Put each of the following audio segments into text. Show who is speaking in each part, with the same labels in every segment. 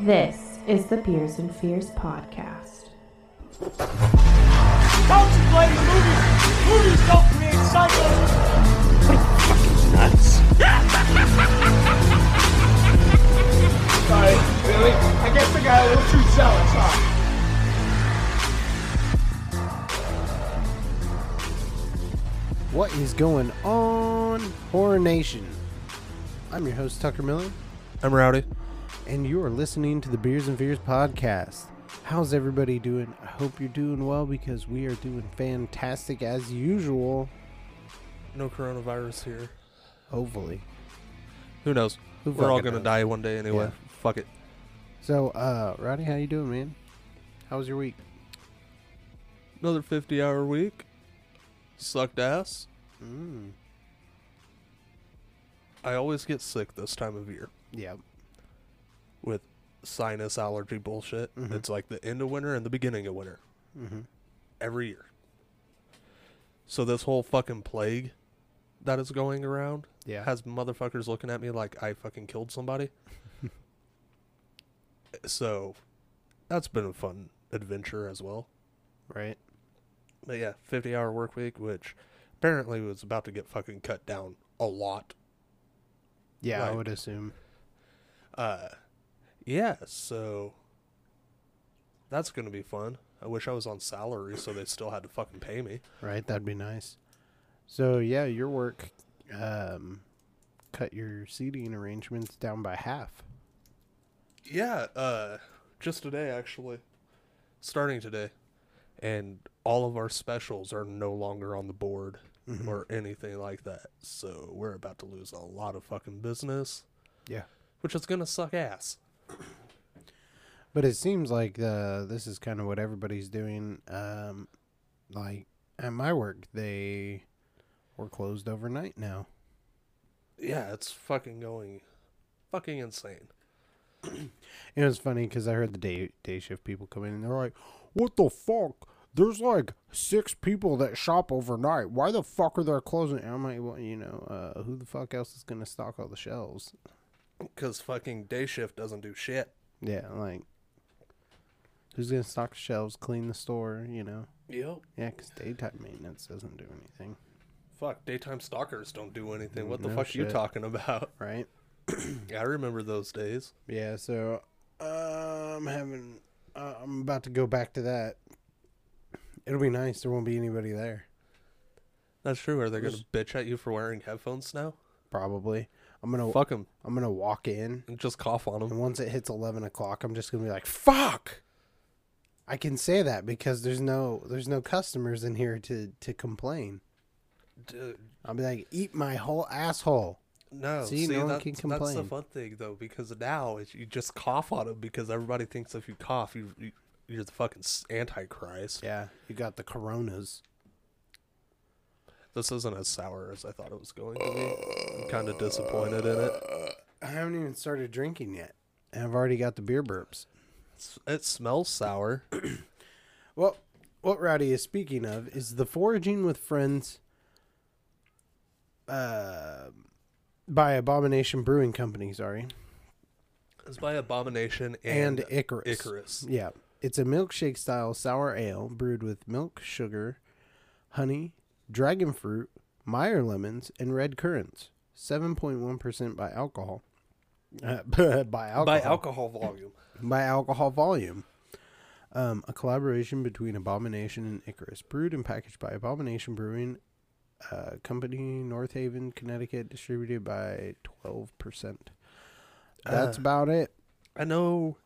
Speaker 1: This is the Beers and Fears podcast.
Speaker 2: contemplating movies. Movies don't create cycles. Nuts. Sorry, really? I guess I got a little too jealous, huh?
Speaker 3: What is going on, Horror Nation? I'm your host, Tucker Miller,
Speaker 4: I'm Rowdy.
Speaker 3: and you are listening to the Beers and Fears podcast. How's everybody doing? I hope you're doing well because we are doing fantastic as usual.
Speaker 4: No coronavirus here.
Speaker 3: Hopefully.
Speaker 4: Who knows?
Speaker 3: Who
Speaker 4: We're all
Speaker 3: fucking
Speaker 4: gonna
Speaker 3: knows?
Speaker 4: die one day anyway.
Speaker 3: Yeah.
Speaker 4: Fuck it.
Speaker 3: So, uh, Roddy, how you doing, man? How was your week?
Speaker 4: Another 50-hour week. Sucked ass.
Speaker 3: Mm.
Speaker 4: I always get sick this time of year
Speaker 3: Yep.
Speaker 4: with sinus allergy bullshit.
Speaker 3: Mhm.
Speaker 4: It's like the end of winter and the beginning of winter
Speaker 3: Mm-hmm.
Speaker 4: every year. So this whole fucking plague that is going around
Speaker 3: Yeah.
Speaker 4: has motherfuckers looking at me like I fucking killed somebody. so that's been a fun adventure as well.
Speaker 3: right.
Speaker 4: But yeah, 50 hour work week, which apparently was about to get fucking cut down a lot.
Speaker 3: Yeah, I
Speaker 4: Right.
Speaker 3: would assume.
Speaker 4: Uh, yeah, so that's going to be fun. I wish I was on salary so they still had to fucking pay me.
Speaker 3: Right. That'd be nice. So, yeah, your work um, cut your seating arrangements down by half.
Speaker 4: Yeah, uh, just today, actually. Starting today. And all of our specials are no longer on the board or anything like that. So we're about to lose a lot of fucking business,
Speaker 3: Yeah.
Speaker 4: which is going to suck ass.
Speaker 3: But it seems like uh, this is kind of what everybody's doing. Um, like at my work, they were closed overnight now.
Speaker 4: Yeah, it's fucking going fucking insane.
Speaker 3: It was funny because I heard the day day shift people come in and they're like, "What the fuck? There's like six people that shop overnight. Why the fuck are they closing?" And I'm like, "Well, you know, uh, who the fuck else is gonna stock all the shelves?"
Speaker 4: Because fucking day shift doesn't do shit.
Speaker 3: Yeah, like who's gonna stock the shelves, clean the store? You know,
Speaker 4: Yep.
Speaker 3: yeah, because daytime maintenance doesn't do anything,
Speaker 4: Fuck, daytime stalkers don't do anything. What the
Speaker 3: No
Speaker 4: fuck are you
Speaker 3: shit.
Speaker 4: talking about?
Speaker 3: right?
Speaker 4: I remember those days.
Speaker 3: Yeah, so uh, I'm having. Uh, I'm about to go back to that. It'll be nice. There won't be anybody there,
Speaker 4: That's true. Are they going
Speaker 3: Was-
Speaker 4: to bitch at you for wearing headphones now?
Speaker 3: probably. I'm gonna.
Speaker 4: Fuck them.
Speaker 3: I'm gonna walk in,
Speaker 4: And just cough on them.
Speaker 3: and once it hits eleven o'clock, I'm just gonna be like, "Fuck." I can say that because there's no there's no customers in here to to complain.
Speaker 4: Dude,
Speaker 3: I'll be like, "Eat my whole asshole."
Speaker 4: no.
Speaker 3: See, no one
Speaker 4: that's,
Speaker 3: can
Speaker 4: That's the
Speaker 3: complain.
Speaker 4: fun thing, though, because now it's, you just cough on them because everybody thinks if you cough, you, you, you're the fucking s- antichrist.
Speaker 3: Yeah, you got the coronas.
Speaker 4: This isn't as sour as I thought it was going to be. I'm kind of disappointed in it.
Speaker 3: I haven't even started drinking yet, and I've already got the beer burps.
Speaker 4: S- It smells sour.
Speaker 3: Well, what Rowdy is speaking of is the Foraging with Friends uh, by Abomination Brewing Company, sorry,
Speaker 4: It's by Abomination
Speaker 3: and,
Speaker 4: and,
Speaker 3: Icarus.
Speaker 4: Icarus.
Speaker 3: Yeah. It's a milkshake style sour ale brewed with milk, sugar, honey, dragon fruit, Meyer lemons, and red currants. 7.1% by alcohol. Uh, by alcohol.
Speaker 4: By alcohol volume.
Speaker 3: by alcohol volume. Um, a collaboration between Abomination and Icarus, brewed and packaged by Abomination Brewing uh, Company, North Haven, Connecticut, distributed by 12%. That's
Speaker 4: Uh.
Speaker 3: about it.
Speaker 4: I know,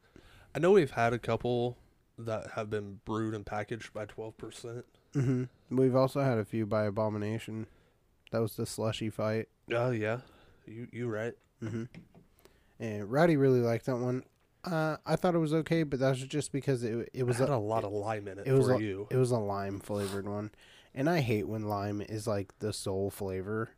Speaker 4: I know we've had a couple that have been brewed and packaged by twelve percent.
Speaker 3: hmm We've also had a few by Abomination. That was the slushy fight.
Speaker 4: Oh yeah, you you right.
Speaker 3: Mm-hmm. And Rowdy really liked that one. Uh, I thought it was okay, but that was just because it, it
Speaker 4: It was
Speaker 3: was
Speaker 4: had a lot of lime in it,
Speaker 3: it was
Speaker 4: for
Speaker 3: a,
Speaker 4: you.
Speaker 3: it was a lime flavored one and i hate when lime is like the sole flavor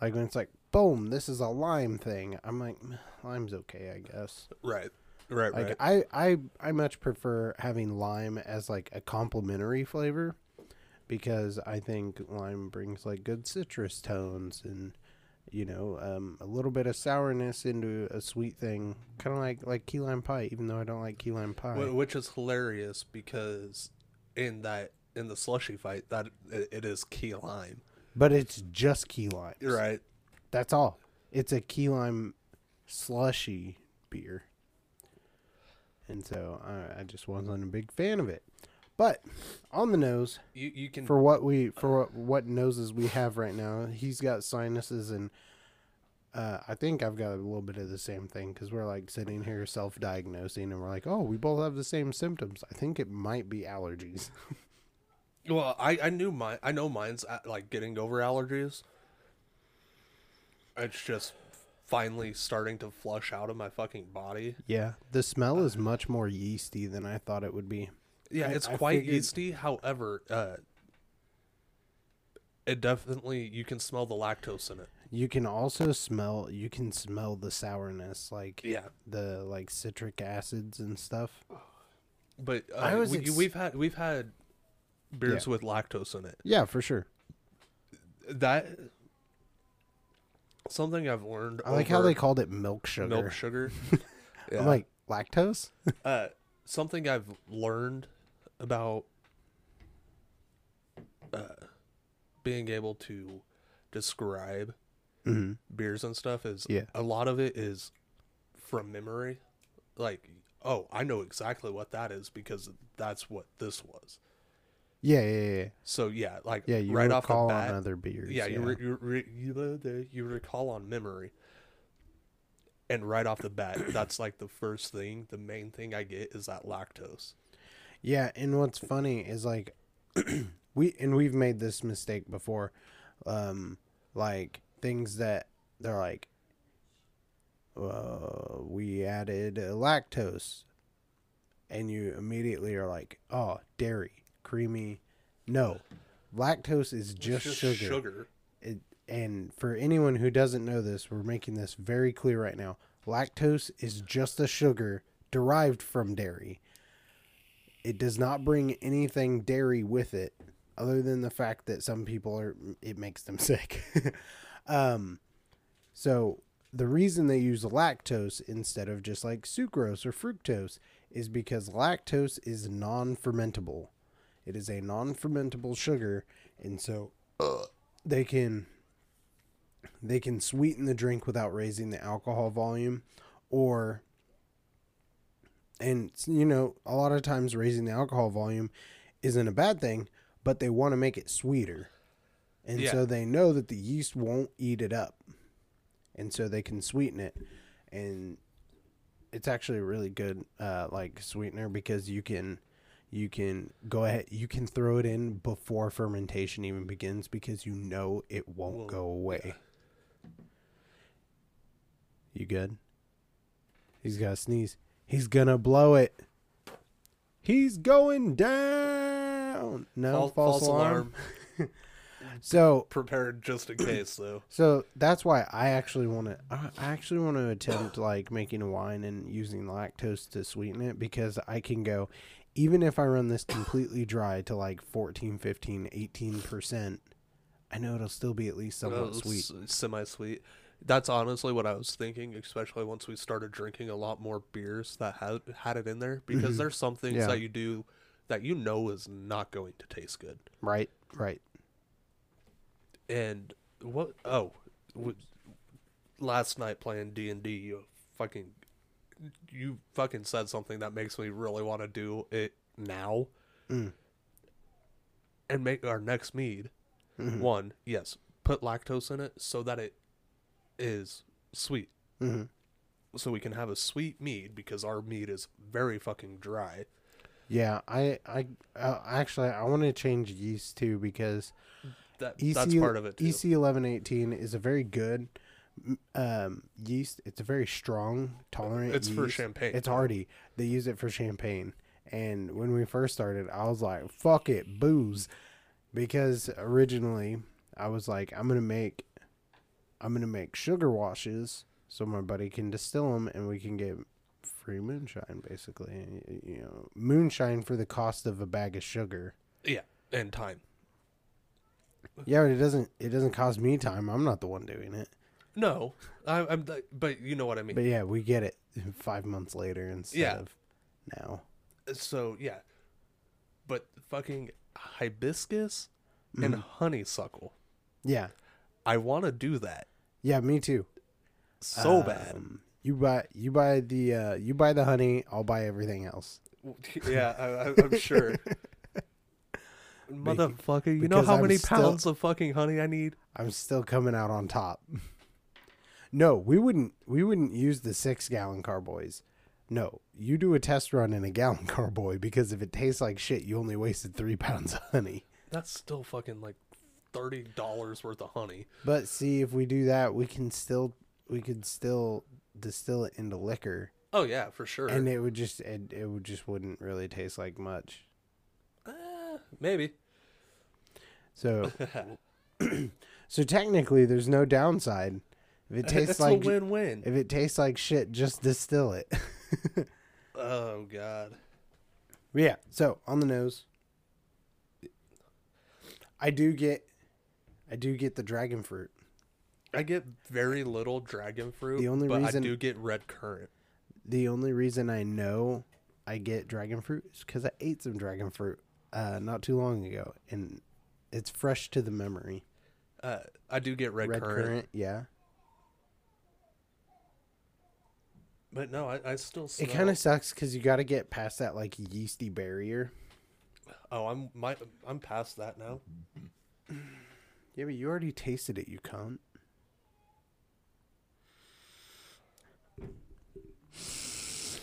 Speaker 3: like when it's like boom this is a lime thing i'm like "Meh, lime's okay i guess
Speaker 4: right, right,
Speaker 3: like
Speaker 4: right.
Speaker 3: I, I i much prefer having lime as like a complimentary flavor because i think lime brings like good citrus tones and you know, um, a little bit of sourness into a sweet thing, kind of like like key lime pie. Even though I don't like key lime pie,
Speaker 4: Wh- which is hilarious because in that in the slushy fight that it, it is key lime,
Speaker 3: but it's just key lime.
Speaker 4: right?
Speaker 3: That's all. It's a key lime slushy beer. And so I, I just wasn't a big fan of it. But on the nose,
Speaker 4: You you can
Speaker 3: for what we for what, what noses we have right now, he's got sinuses and uh, I think I've got a little bit of the same thing because we're like sitting here self-diagnosing and we're like, oh, we both have the same symptoms. I think it might be allergies.
Speaker 4: well I I knew my I know mine's uh, like getting over allergies. It's just finally starting to flush out of my fucking body.
Speaker 3: yeah, the smell is much more yeasty than I thought it would be.
Speaker 4: Yeah,
Speaker 3: I-
Speaker 4: it's
Speaker 3: I
Speaker 4: quite
Speaker 3: figured-
Speaker 4: yeasty. However, uh, it definitely you can smell the lactose in it.
Speaker 3: You can also smell. You can smell the sourness, like
Speaker 4: Yeah.
Speaker 3: the like citric acids and stuff.
Speaker 4: But uh,
Speaker 3: I was
Speaker 4: we,
Speaker 3: ex-
Speaker 4: we've had we've had beers
Speaker 3: Yeah.
Speaker 4: with lactose in it.
Speaker 3: Yeah, for sure.
Speaker 4: That something I've learned.
Speaker 3: I like how
Speaker 4: over
Speaker 3: they called it milk sugar.
Speaker 4: milk sugar. yeah.
Speaker 3: I'm like lactose.
Speaker 4: uh, something I've learned about uh, being able to describe
Speaker 3: Mhm.
Speaker 4: beers and stuff is
Speaker 3: Yeah.
Speaker 4: a lot of it is from memory. Like, oh, I know exactly what that is because that's what this was.
Speaker 3: Yeah, yeah, yeah.
Speaker 4: So yeah, like
Speaker 3: Yeah, you
Speaker 4: right off the
Speaker 3: recall
Speaker 4: bat,
Speaker 3: on other beers.
Speaker 4: yeah, you re- you, re- you, know, the- you recall on memory, and right off the bat, that's like the first thing, the main thing I get is that lactose.
Speaker 3: Yeah, and what's funny is like we and we've made this mistake before. Um like things that they're like uh we added uh, lactose and you immediately are like, "Oh, dairy, creamy." No. Lactose is just, sugar. It, and for anyone who doesn't know this, we're making this very clear right now. Lactose is just a sugar derived from dairy. It does not bring anything dairy with it, other than the fact that some people are, it makes them sick. um, so the reason they use lactose instead of just like sucrose or fructose is because lactose is non fermentable. It is a non fermentable sugar. And so uh, they can they can sweeten the drink without raising the alcohol volume or and you know a lot of times raising the alcohol volume isn't a bad thing but they want to make it sweeter and
Speaker 4: Yeah.
Speaker 3: so they know that the yeast won't eat it up and so they can sweeten it and it's actually a really good uh like sweetener because you can you can go ahead you can throw it in before fermentation even begins because you know it won't
Speaker 4: Well,
Speaker 3: go away you good he's gonna sneeze he's gonna blow it he's going down no
Speaker 4: Fal-
Speaker 3: false, alarm so
Speaker 4: prepared just in case though.
Speaker 3: So that's why I actually want to. I I actually want to attempt like making a wine and using lactose to sweeten it because I can go, even if I run this completely dry to like 14, 15, 18 percent, I know it'll still be at least somewhat sweet.
Speaker 4: Semi sweet. Oh, That's honestly what I was thinking, especially once we started drinking a lot more beers that had had it in there, because there's some things
Speaker 3: Mm-hmm. Yeah.
Speaker 4: that you do that you know is not going to taste good.
Speaker 3: Right, right.
Speaker 4: And what? Oh, w- last night playing D and D, you fucking, you fucking said something that makes me really want to do it now, and make our next mead. One, yes, put lactose in it so that it is sweet,
Speaker 3: Mhm.
Speaker 4: so we can have a sweet mead because our mead is very fucking dry.
Speaker 3: Yeah, I, I, uh, actually, I want to change yeast too because
Speaker 4: That
Speaker 3: EC,
Speaker 4: that's part of it. Too.
Speaker 3: EC E eleven eighteen is a very good m- um, yeast. It's a very strong, tolerant.
Speaker 4: It's for
Speaker 3: yeast.
Speaker 4: champagne.
Speaker 3: It's already they use it for champagne. And when we first started, I was like, "Fuck it, booze," because originally I was like, "I'm gonna make, I'm gonna make sugar washes so my buddy can distill them and we can get free moonshine, basically. Y- You know, moonshine for the cost of a bag of sugar."
Speaker 4: yeah, and time.
Speaker 3: Yeah, but it doesn't it doesn't cost me time. I'm not the one doing it.
Speaker 4: No, I, I'm. th- But you know what I mean.
Speaker 3: But yeah, we get it five months later instead
Speaker 4: Yeah.
Speaker 3: of now.
Speaker 4: so yeah, but fucking hibiscus
Speaker 3: Mm-hmm.
Speaker 4: and honeysuckle.
Speaker 3: Yeah.
Speaker 4: I want to do that
Speaker 3: Yeah, me too.
Speaker 4: so
Speaker 3: Um,
Speaker 4: bad.
Speaker 3: You buy you buy the uh you buy the honey, I'll buy everything else.
Speaker 4: Yeah, I, I, I'm sure. Motherfucker, you know
Speaker 3: because
Speaker 4: how
Speaker 3: I'm
Speaker 4: many
Speaker 3: still-
Speaker 4: pounds of fucking honey I need?
Speaker 3: I'm still coming out on top. no, we wouldn't we wouldn't use the six gallon carboys. No, you do a test run in a gallon carboy because if it tastes like shit, you only wasted three pounds of honey.
Speaker 4: That's still fucking like thirty dollars worth of honey.
Speaker 3: But see, if we do that, we can still we could still distill it into liquor,
Speaker 4: Oh yeah, for sure.
Speaker 3: and it would just it, it would just wouldn't really taste like much.
Speaker 4: Eh, maybe.
Speaker 3: So, so technically, there's no downside. If it tastes
Speaker 4: It's
Speaker 3: like
Speaker 4: a win-win.
Speaker 3: if it tastes like shit, just distill it.
Speaker 4: Oh god.
Speaker 3: But yeah. So on the nose, I do get, I do get the dragon fruit.
Speaker 4: I get very little dragon fruit,
Speaker 3: The only
Speaker 4: but
Speaker 3: reason-
Speaker 4: I do get red currant.
Speaker 3: The only reason I know I get dragon fruit is because I ate some dragon fruit uh, not too long ago, and it's fresh to the memory.
Speaker 4: Uh, I do get red,
Speaker 3: Red
Speaker 4: currant,
Speaker 3: currant, yeah.
Speaker 4: but no, I, I still. Smell.
Speaker 3: It kind of sucks because you got to get past that like yeasty barrier.
Speaker 4: Oh, I'm my I'm past that now.
Speaker 3: Yeah, but you already tasted it, you cunt.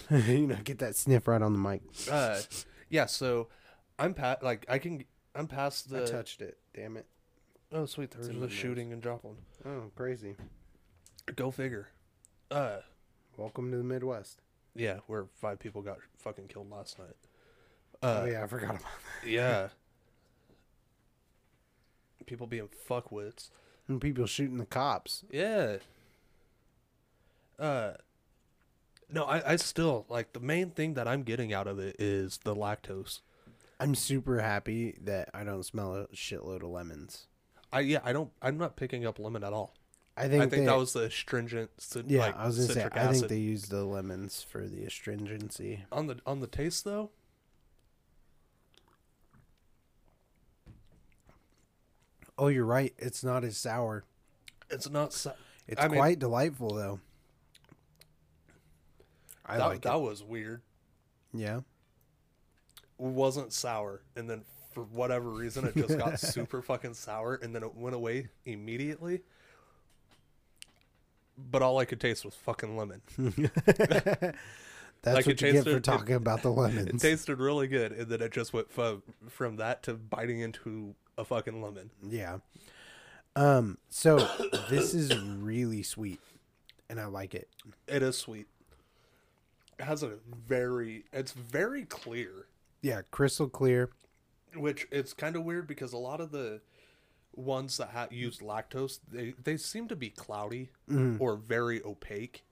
Speaker 3: you know, get that sniff right on the mic.
Speaker 4: Uh, yeah, so I'm past like I can I'm past the.
Speaker 3: I touched it. Damn it.
Speaker 4: Oh sweet, there's
Speaker 3: in my
Speaker 4: a
Speaker 3: nose.
Speaker 4: shooting and drop one.
Speaker 3: Oh, crazy.
Speaker 4: Go figure. Uh,
Speaker 3: Welcome to the Midwest.
Speaker 4: yeah, where five people got fucking killed last night.
Speaker 3: oh
Speaker 4: Uh,
Speaker 3: yeah, I forgot about
Speaker 4: yeah. People being fuckwits.
Speaker 3: that. And people shooting the cops.
Speaker 4: Yeah. Uh no, I, I still like the main thing that I'm getting out of it is the lactose.
Speaker 3: I'm super happy that I don't smell a shitload of lemons.
Speaker 4: I yeah, I don't I'm not picking up lemon at all.
Speaker 3: I
Speaker 4: I
Speaker 3: think,
Speaker 4: think
Speaker 3: they-
Speaker 4: that was the astringent cit-
Speaker 3: yeah.
Speaker 4: like
Speaker 3: I was gonna say
Speaker 4: citric
Speaker 3: I
Speaker 4: acid.
Speaker 3: think they used the lemons for the astringency.
Speaker 4: on the on the taste though.
Speaker 3: Oh, you're right. It's not as sour.
Speaker 4: It's not sa-
Speaker 3: It's
Speaker 4: I mean,
Speaker 3: quite delightful though. I
Speaker 4: that,
Speaker 3: like
Speaker 4: that
Speaker 3: it.
Speaker 4: was weird.
Speaker 3: Yeah.
Speaker 4: Wasn't sour and then for whatever reason it just got super fucking sour and then it went away immediately. But all I could taste was fucking lemon.
Speaker 3: That's
Speaker 4: Like,
Speaker 3: what
Speaker 4: it
Speaker 3: you get
Speaker 4: tasted-
Speaker 3: for
Speaker 4: it-
Speaker 3: talking about the
Speaker 4: It
Speaker 3: lemons.
Speaker 4: tasted really good, and then it just went from, from that to biting into a fucking lemon.
Speaker 3: yeah. Um. So this is really sweet, and I like it.
Speaker 4: It is sweet. It has a very, it's very clear,
Speaker 3: Yeah, crystal clear.
Speaker 4: which it's kind of weird because a lot of the ones that ha- use lactose, they they seem to be cloudy
Speaker 3: Mm.
Speaker 4: or very opaque.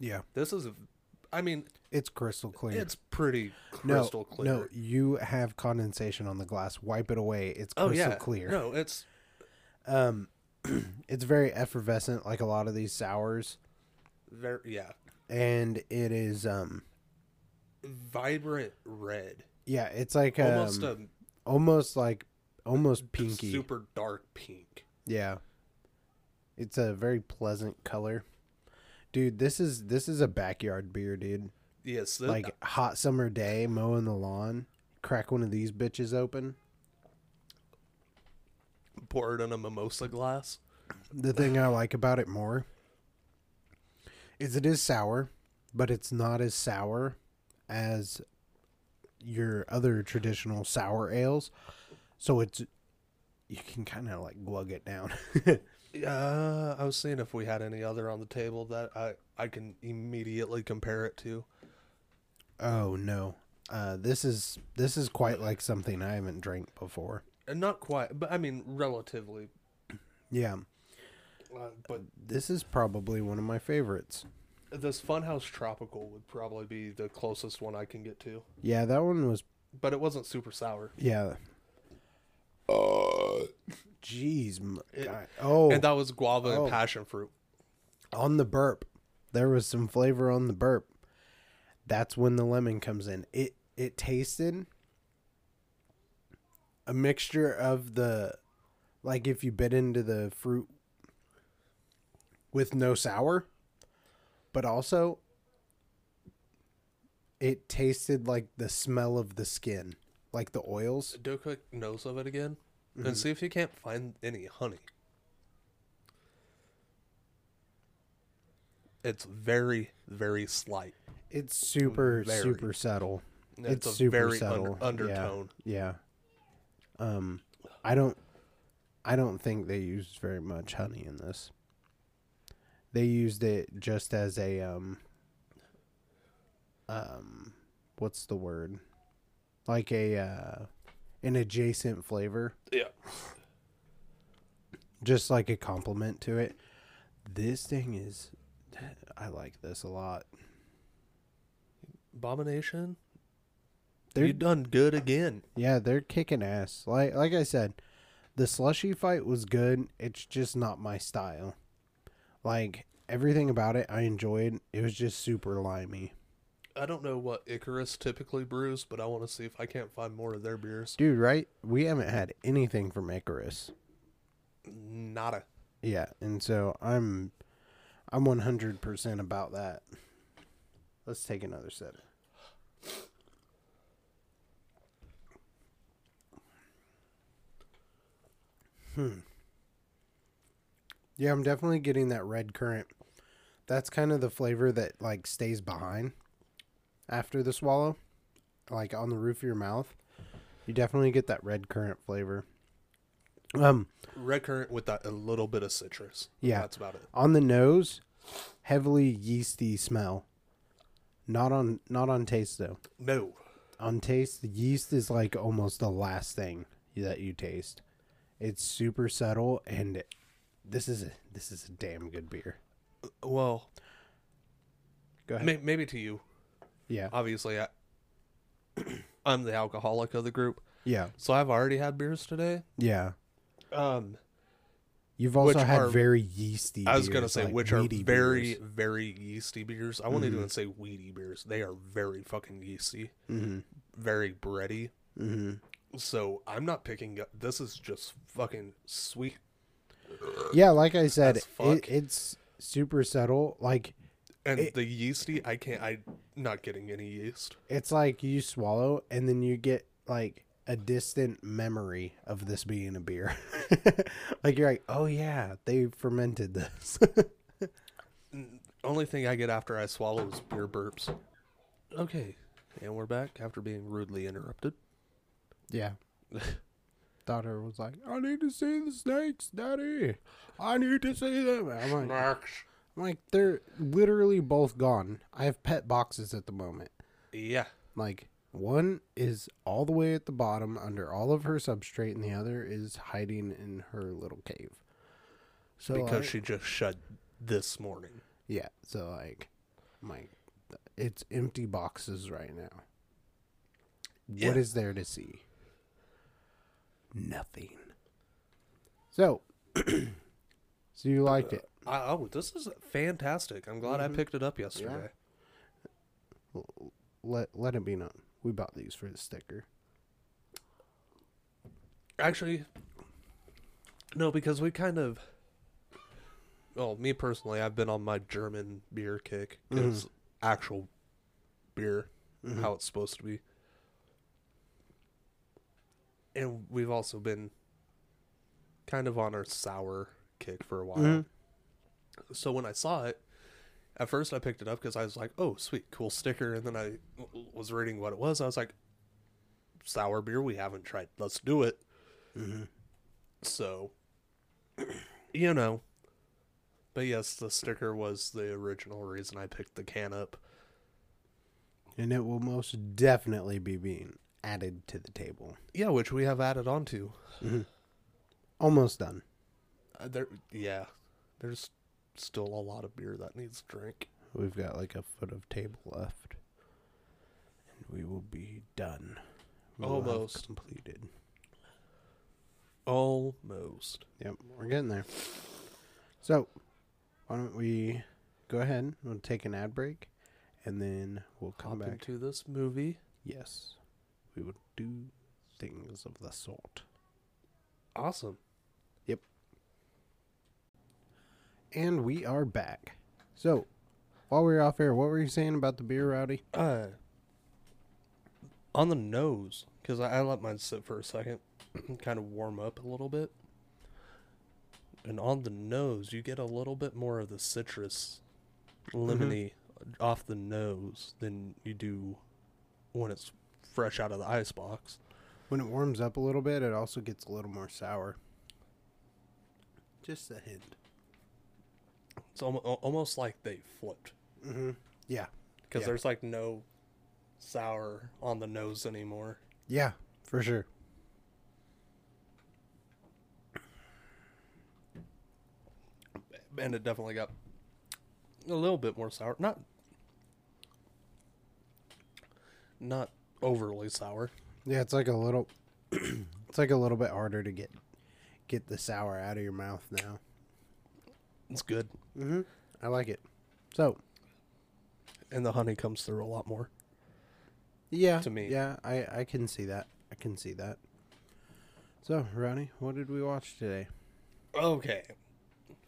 Speaker 3: Yeah,
Speaker 4: This is, a- I mean,
Speaker 3: it's crystal clear.
Speaker 4: it's pretty
Speaker 3: no,
Speaker 4: crystal clear.
Speaker 3: No, you have condensation on the glass. Wipe it away. It's
Speaker 4: oh
Speaker 3: crystal
Speaker 4: yeah,
Speaker 3: clear. Um,
Speaker 4: No, it's
Speaker 3: It's very effervescent, like a lot of these sours,
Speaker 4: very yeah,
Speaker 3: and it is um.
Speaker 4: vibrant red,
Speaker 3: Yeah, it's like um,
Speaker 4: almost
Speaker 3: almost almost like almost
Speaker 4: a
Speaker 3: pinky.
Speaker 4: super dark pink.
Speaker 3: Yeah. It's a very pleasant color. Dude, this is this is a backyard beer, dude.
Speaker 4: Yes, that-
Speaker 3: Like hot summer day, mowing the lawn, crack one of these bitches open.
Speaker 4: pour it in a mimosa glass.
Speaker 3: The thing I like about it more is it is sour, but it's not as sour as your other traditional sour ales. So it's you can kind of like glug it down.
Speaker 4: Uh, I was seeing if we had any other on the table that I I can immediately compare it to.
Speaker 3: oh no. Uh, this is this is quite like something I haven't drank before.
Speaker 4: And not quite, but I mean relatively.
Speaker 3: Yeah,
Speaker 4: Uh, but
Speaker 3: this is probably one of my favorites.
Speaker 4: this Funhouse Tropical would probably be the closest one I can get to.
Speaker 3: Yeah, that one was.
Speaker 4: But it wasn't super sour.
Speaker 3: Yeah. Uh, jeez. m- God. Oh,
Speaker 4: And that was guava
Speaker 3: Oh.
Speaker 4: and passion fruit.
Speaker 3: on the burp. There was some flavor on the burp. That's when the lemon comes in. It it tasted a mixture of the like if you bit into the fruit with no sour, but also it tasted like the smell of the skin, like the oils.
Speaker 4: Do a quick nose of it again and see if you can't find any honey. It's very, very slight.
Speaker 3: It's super
Speaker 4: Oh, Very.
Speaker 3: super subtle.
Speaker 4: It's
Speaker 3: It's,
Speaker 4: a
Speaker 3: super
Speaker 4: very
Speaker 3: subtle
Speaker 4: under-
Speaker 3: Yeah,
Speaker 4: undertone.
Speaker 3: Yeah. Um, I don't, I don't think they used very much honey in this. They used it just as a um, um, what's the word? Like a uh, an adjacent flavor,
Speaker 4: Yeah.
Speaker 3: just like a compliment to it. This thing is, I like this a lot.
Speaker 4: Abomination,
Speaker 3: They're
Speaker 4: you done good again.
Speaker 3: Yeah, they're kicking ass. Like like I said, the slushy fight was good. It's just not my style. Like everything about it I enjoyed. It was just super limey.
Speaker 4: I don't know what Icarus typically brews, but I want to see if I can't find more of their beers.
Speaker 3: Dude, right? We haven't had anything from Icarus.
Speaker 4: Nada.
Speaker 3: Yeah, and so I'm I'm 100% about that. Let's take another sip. Hmm. Yeah, I'm definitely getting that red currant. That's kind of the flavor that like stays behind after the swallow, like on the roof of your mouth. You definitely get that red currant flavor. Um,
Speaker 4: Red currant with that a little bit of citrus.
Speaker 3: Yeah.
Speaker 4: That's about it.
Speaker 3: on the nose, heavily yeasty smell. Not on not on taste though.
Speaker 4: No.
Speaker 3: On taste, the yeast is like almost the last thing that you taste. It's super subtle, and this is a, this is a damn good beer.
Speaker 4: Well,
Speaker 3: Go ahead.
Speaker 4: may- maybe to you.
Speaker 3: yeah,
Speaker 4: Obviously, I, I'm the alcoholic of the group,
Speaker 3: yeah,
Speaker 4: so I've already had beers today.
Speaker 3: yeah.
Speaker 4: Um,
Speaker 3: You've also
Speaker 4: Which
Speaker 3: had
Speaker 4: are-
Speaker 3: very yeasty.
Speaker 4: I was gonna
Speaker 3: beers,
Speaker 4: say
Speaker 3: like
Speaker 4: which are
Speaker 3: wheaty
Speaker 4: very,
Speaker 3: beers. Mm-hmm.
Speaker 4: very yeasty beers. I wouldn't even say weedy beers. They are very fucking yeasty,
Speaker 3: Mm-hmm.
Speaker 4: very bready. Mm-hmm. So I'm not picking up. This is just fucking sweet.
Speaker 3: yeah. Like I said,
Speaker 4: as
Speaker 3: it,
Speaker 4: fuck.
Speaker 3: it's super subtle. Like
Speaker 4: And the yeasty, I can't. I not getting any yeast.
Speaker 3: It's like you swallow and then you get like a distant memory of this being a beer. like you're like, oh yeah, they fermented this.
Speaker 4: Only thing I get after I swallow is beer burps. Okay, and we're back after being rudely interrupted.
Speaker 3: yeah. Daughter was like, I need to see the snakes, daddy. I need to see them. I'm like, I'm like, they're literally both gone. I have pet boxes at the moment.
Speaker 4: Yeah.
Speaker 3: Like, one is all the way at the bottom under all of her substrate, and the other is hiding in her little cave. So
Speaker 4: because
Speaker 3: like-
Speaker 4: she just shut this morning.
Speaker 3: Yeah. So like, my, it's empty boxes right now.
Speaker 4: Yeah.
Speaker 3: What is there to see? Nothing. So, so you liked it?
Speaker 4: I, oh, this is fantastic! I'm glad I picked it up yesterday.
Speaker 3: Let let it be known. We bought these for the sticker.
Speaker 4: Actually, no, because we kind of. Well, me personally, I've been on my German beer kick. It's actual beer, how it's supposed to be. And we've also been kind of on our sour kick for a while. So when I saw it, at first I picked it up because I was like, oh, sweet, cool sticker. And then I w- was reading what it was. I was like, sour beer we haven't tried. Let's do it. So, you know. But yes, the sticker was the original reason I picked the can up.
Speaker 3: And it will most definitely be being added to the table. Mm-hmm.
Speaker 4: Yeah, which we have added onto.
Speaker 3: Almost done.
Speaker 4: Uh, there, yeah, there's still a lot of beer that needs drink.
Speaker 3: We've got like a foot of table left. And we will be done. We will have
Speaker 4: Almost.
Speaker 3: completed.
Speaker 4: Almost.
Speaker 3: Yep, we're getting there. So, why don't we Go ahead. We'll take an ad break, and then we'll come
Speaker 4: Hop
Speaker 3: back.
Speaker 4: into this movie.
Speaker 3: yes, we will do things of the sort.
Speaker 4: Awesome.
Speaker 3: Yep. And we are back. So, while we were off air, what were you saying about the beer, Rowdy?
Speaker 4: Uh, on the nose, because I, I let mine sit for a second, kind of warm up a little bit. And on the nose, you get a little bit more of the citrus, lemony off the nose than you do when it's fresh out of the ice box.
Speaker 3: When it warms up a little bit, it also gets a little more sour. Just a hint.
Speaker 4: It's almo- al- almost like they flipped
Speaker 3: Yeah.
Speaker 4: because
Speaker 3: Yeah.
Speaker 4: there's like no sour on the nose anymore.
Speaker 3: Yeah, for sure.
Speaker 4: and it definitely got a little bit more sour. Not not overly sour.
Speaker 3: Yeah, it's like a little it's like a little bit harder to get get the sour out of your mouth now.
Speaker 4: It's good,
Speaker 3: I like it. So,
Speaker 4: and the honey comes through a lot more.
Speaker 3: yeah.
Speaker 4: To me.
Speaker 3: Yeah, I I can see that. I can see that. So, Ronnie, what did we watch today?
Speaker 4: Okay,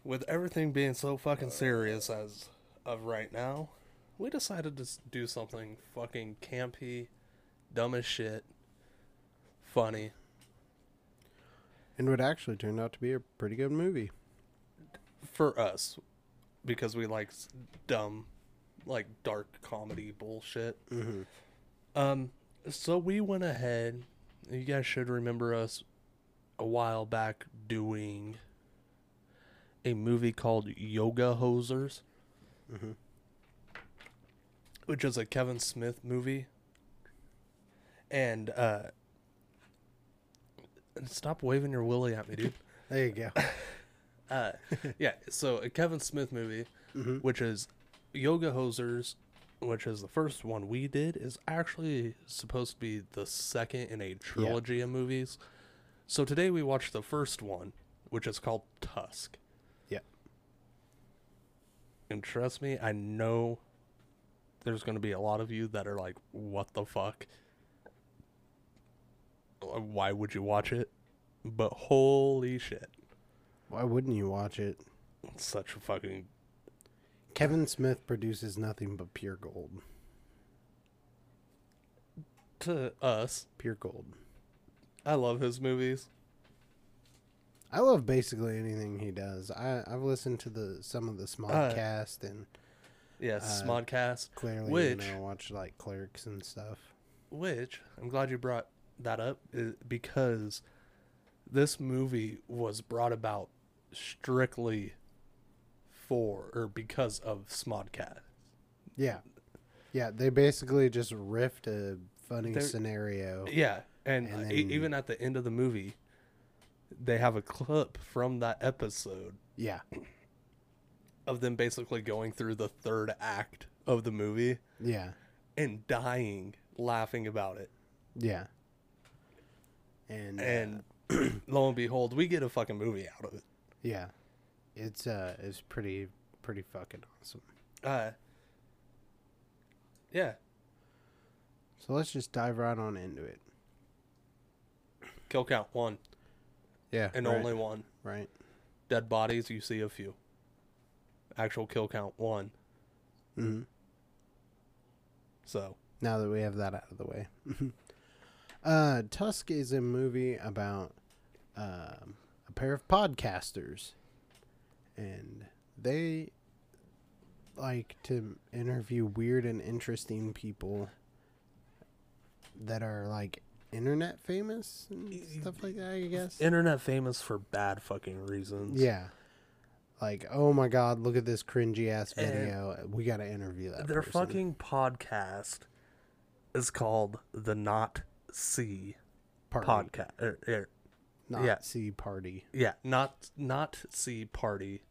Speaker 4: with everything being so fucking serious as of right now, we decided to s- do something fucking campy, dumb as shit, funny.
Speaker 3: And what actually turned out to be a pretty good movie.
Speaker 4: for us because we like s- dumb like dark comedy bullshit um so we went ahead you guys should remember us a while back doing a movie called yoga hosers which is a kevin smith movie and uh stop waving your willy at me dude
Speaker 3: There you go.
Speaker 4: uh, yeah, so a Kevin Smith movie, which is Yoga Hosers, which is the first one we did, is actually supposed to be the second in a trilogy of movies. So today we watched the first one, which is called Tusk.
Speaker 3: yeah.
Speaker 4: And trust me, I know there's going to be a lot of you that are like, what the fuck? Uh, Why would you watch it? But holy shit.
Speaker 3: Why wouldn't you watch it?
Speaker 4: It's such a fucking
Speaker 3: Kevin Smith produces nothing but pure gold.
Speaker 4: to us.
Speaker 3: Pure gold.
Speaker 4: I love his movies.
Speaker 3: I love basically anything he does. I I've listened to the some of the Smodcast and
Speaker 4: Yeah,
Speaker 3: Uh,
Speaker 4: Smodcast.
Speaker 3: clearly
Speaker 4: which
Speaker 3: you know watch like Clerks and stuff.
Speaker 4: which I'm glad you brought that up is because this movie was brought about strictly for or because of Smodcast.
Speaker 3: Yeah, yeah. They basically just riffed a funny
Speaker 4: They're-
Speaker 3: scenario.
Speaker 4: Yeah, and,
Speaker 3: Oh. And
Speaker 4: uh, e-
Speaker 3: then-
Speaker 4: even at the end of the movie, they have a clip from that episode
Speaker 3: Yeah,
Speaker 4: of them basically going through the third act of the movie
Speaker 3: yeah,
Speaker 4: and dying laughing about it.
Speaker 3: yeah. And uh,
Speaker 4: and lo and behold, we get a fucking movie out of it.
Speaker 3: yeah, it's uh, it's pretty pretty fucking awesome.
Speaker 4: Uh, yeah,
Speaker 3: So let's just dive right on into it.
Speaker 4: kill count one
Speaker 3: Yeah,
Speaker 4: and
Speaker 3: right,
Speaker 4: only one.
Speaker 3: right.
Speaker 4: Dead bodies, you see a few. Actual kill count one.
Speaker 3: Mm-hmm.
Speaker 4: So
Speaker 3: now that we have that out of the way. uh, Tusk is a movie about um, a pair of podcasters, and they like to interview weird and interesting people that are like internet famous and stuff like that. I guess.
Speaker 4: internet famous for bad fucking reasons.
Speaker 3: Yeah. Like, oh my god, look at this cringy ass video. we gotta interview that.
Speaker 4: their
Speaker 3: person.
Speaker 4: fucking podcast is called the Not See
Speaker 3: party,
Speaker 4: Podcast. er, er, yeah.
Speaker 3: Nazi party.
Speaker 4: yeah, not not see party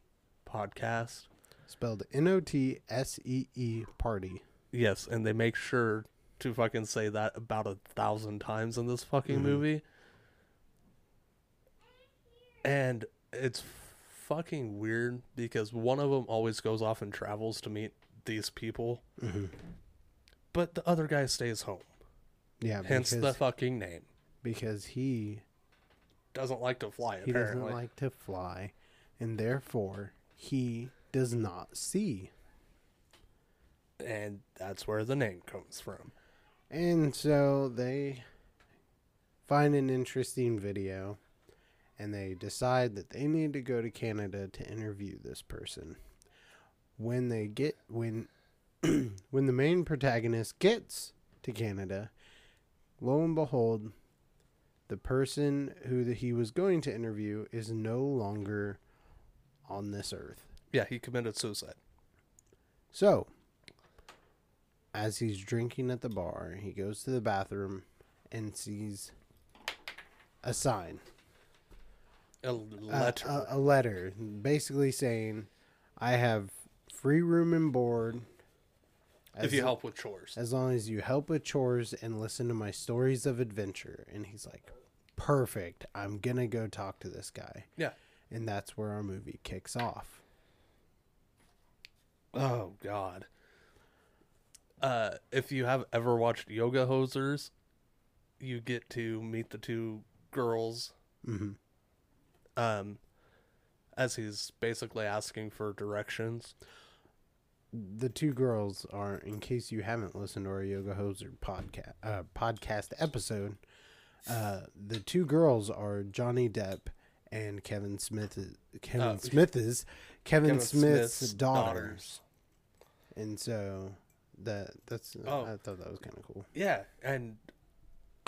Speaker 4: podcast.
Speaker 3: Spelled N O T S E E party.
Speaker 4: Yes, and they make sure to fucking say that about a thousand times in this
Speaker 3: Mm-hmm.
Speaker 4: fucking movie. And it's fucking weird because one of them always goes off and travels to meet these people,
Speaker 3: Mm-hmm.
Speaker 4: but the other guy stays home.
Speaker 3: Yeah,
Speaker 4: Hence the
Speaker 3: because,
Speaker 4: fucking name.
Speaker 3: because he
Speaker 4: Doesn't like to fly.
Speaker 3: he
Speaker 4: apparently,
Speaker 3: doesn't like to fly, and therefore he does not see.
Speaker 4: and that's where the name comes from.
Speaker 3: And so they find an interesting video and they decide that they need to go to Canada to interview this person. When they get when when the main protagonist gets to Canada, lo and behold, the person who that he was going to interview is no longer on this earth.
Speaker 4: Yeah, he committed suicide.
Speaker 3: So, as he's drinking at the bar, he goes to the bathroom and sees a sign, Uh,
Speaker 4: A letter.
Speaker 3: a, a letter, basically saying, "I have free room and board."
Speaker 4: if you help with chores.
Speaker 3: as long as you help with chores and listen to my stories of adventure, and he's like, "Perfect! I'm gonna go talk to this guy,"
Speaker 4: Yeah.
Speaker 3: and that's where our movie kicks off.
Speaker 4: Oh God. Uh, if you have ever watched Yoga Hosers, you get to meet the two girls.
Speaker 3: Mm-hmm.
Speaker 4: Um, as he's basically asking for directions.
Speaker 3: the two girls are in case you haven't listened to our yoga hoser podcast uh, podcast episode uh, the two girls are johnny depp and kevin smith kevin
Speaker 4: Uh,
Speaker 3: smith is kevin,
Speaker 4: Kevin
Speaker 3: smith's,
Speaker 4: Smith's
Speaker 3: daughters.
Speaker 4: daughters.
Speaker 3: and so that that's
Speaker 4: Oh.
Speaker 3: i thought that was kind of cool
Speaker 4: Yeah, and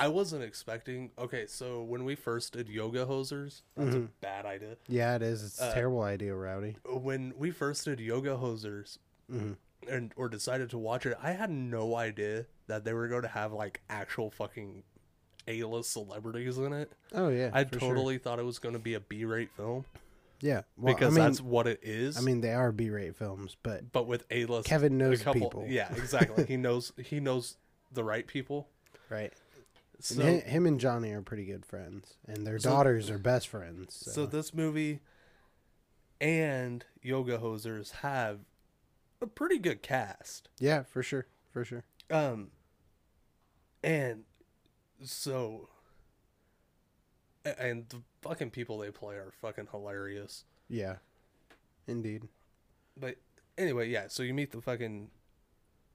Speaker 4: I wasn't expecting. Okay, so when we first did Yoga Hosers, that's a bad idea.
Speaker 3: yeah it is
Speaker 4: Uh,
Speaker 3: it's a terrible idea rowdy
Speaker 4: when we first did yoga hosers
Speaker 3: Mm-hmm.
Speaker 4: and or decided to watch it i had no idea that they were going to have like actual fucking a-list celebrities in it
Speaker 3: oh yeah
Speaker 4: i
Speaker 3: for sure.
Speaker 4: totally thought it was going to be a b-rate film
Speaker 3: yeah well,
Speaker 4: because
Speaker 3: I mean,
Speaker 4: that's what it is
Speaker 3: i mean they are b-rate films but
Speaker 4: but with a-list
Speaker 3: Kevin knows
Speaker 4: a couple
Speaker 3: people.
Speaker 4: yeah exactly he knows he knows the right people
Speaker 3: right
Speaker 4: so
Speaker 3: and hi- him and johnny are pretty good friends and their daughters are best friends
Speaker 4: So this movie and Yoga Hosers have a pretty good cast.
Speaker 3: Yeah, for sure, for sure.
Speaker 4: Um and so a- and the fucking people they play are fucking hilarious.
Speaker 3: Yeah, indeed.
Speaker 4: But anyway, yeah, so you meet the fucking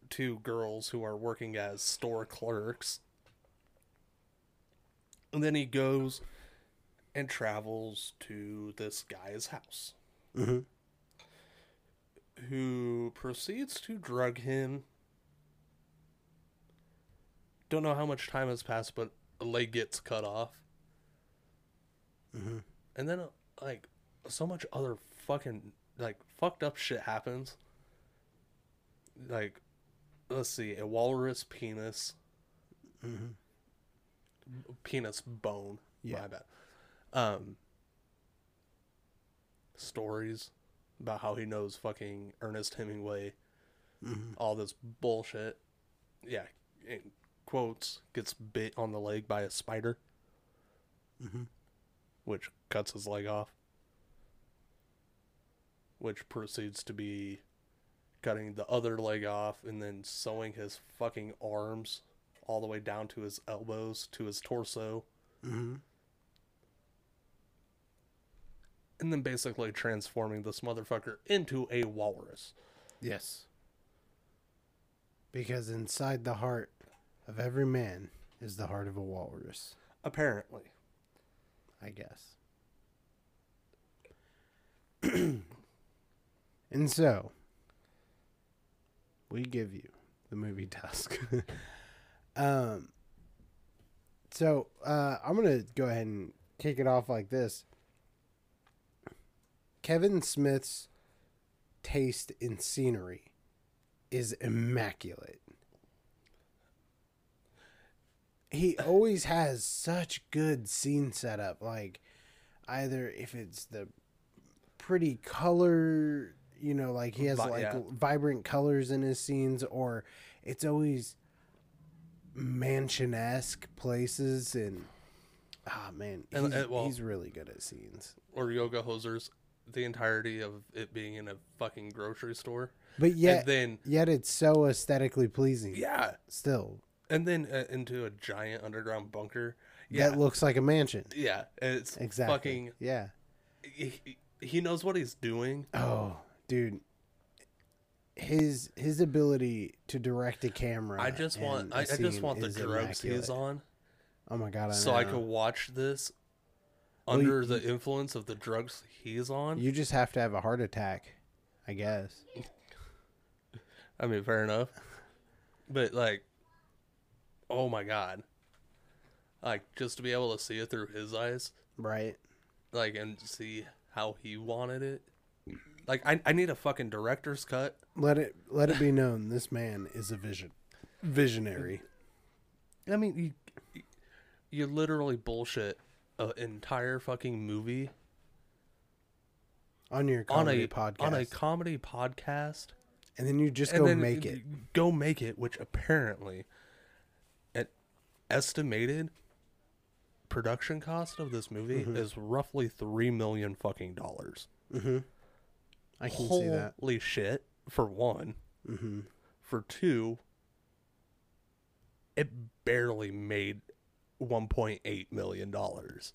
Speaker 4: two girls who are working as store clerks. And then he goes and travels to this guy's house.
Speaker 3: Mhm.
Speaker 4: Who proceeds to drug him. Don't know how much time has passed, but a leg gets cut off. And then, uh, like, so much other fucking, like, fucked up shit happens. Like, let's see, a walrus penis. mm-hmm, Penis bone.
Speaker 3: Yeah.
Speaker 4: My bad. Um, stories about how he knows fucking Ernest Hemingway. All this bullshit. Yeah. In quotes, gets bit on the leg by a spider mm-hmm, which cuts his leg off, which proceeds to be cutting the other leg off and then sewing his fucking arms all the way down to his elbows to his torso. mm-hmm.
Speaker 3: Mhm.
Speaker 4: And then basically transforming this motherfucker into a walrus.
Speaker 3: Yes. Because inside the heart of every man is the heart of a walrus,
Speaker 4: Apparently.
Speaker 3: I guess. and so, we give you the movie Tusk. um, so uh, I'm gonna go ahead and kick it off like this. Kevin Smith's taste in scenery is immaculate. He always has such good scene setup. Like, either if it's the pretty color, you know, like he has
Speaker 4: Vi-
Speaker 3: like
Speaker 4: yeah.
Speaker 3: vibrant colors in his scenes, or it's always mansion esque places. And, ah, man, he's,
Speaker 4: And- and, well-
Speaker 3: he's really good at scenes.
Speaker 4: Or yoga hosers. the entirety of it being in a fucking grocery store.
Speaker 3: But yet,
Speaker 4: And then
Speaker 3: yet it's so aesthetically pleasing.
Speaker 4: yeah,
Speaker 3: Still,
Speaker 4: and then uh, into a giant underground bunker. Yeah,
Speaker 3: that looks like a mansion.
Speaker 4: yeah, and it's
Speaker 3: Exactly.
Speaker 4: fucking.
Speaker 3: Yeah.
Speaker 4: He, he- he knows what he's doing.
Speaker 3: Oh, dude. His his ability to direct a camera.
Speaker 4: I just want
Speaker 3: and
Speaker 4: I,
Speaker 3: a
Speaker 4: I just
Speaker 3: scene
Speaker 4: want the
Speaker 3: is
Speaker 4: drugs he's
Speaker 3: immaculate.
Speaker 4: on
Speaker 3: Oh my god! I
Speaker 4: so I
Speaker 3: know.
Speaker 4: could watch this
Speaker 3: Well,
Speaker 4: under
Speaker 3: you-
Speaker 4: the influence of the drugs he's on.
Speaker 3: You just have to have a heart attack, I guess.
Speaker 4: I mean, fair enough. But like, oh my god, like just to be able to see it through his eyes,
Speaker 3: Right.
Speaker 4: like and see how he wanted it. Like I, I need a fucking director's cut.
Speaker 3: Let it let it be known this man is a vision visionary.
Speaker 4: I mean, you, you literally bullshit an entire fucking movie
Speaker 3: On your
Speaker 4: on
Speaker 3: comedy
Speaker 4: a
Speaker 3: podcast.
Speaker 4: on a comedy podcast.
Speaker 3: and then you just
Speaker 4: and
Speaker 3: go
Speaker 4: then
Speaker 3: make it.
Speaker 4: Go make it, which apparently, an estimated production cost of this movie
Speaker 3: Mm-hmm.
Speaker 4: is roughly three million fucking dollars.
Speaker 3: I can see
Speaker 4: Holy
Speaker 3: that. Mm-hmm.
Speaker 4: shit! For one, for two, it barely made one point eight million dollars,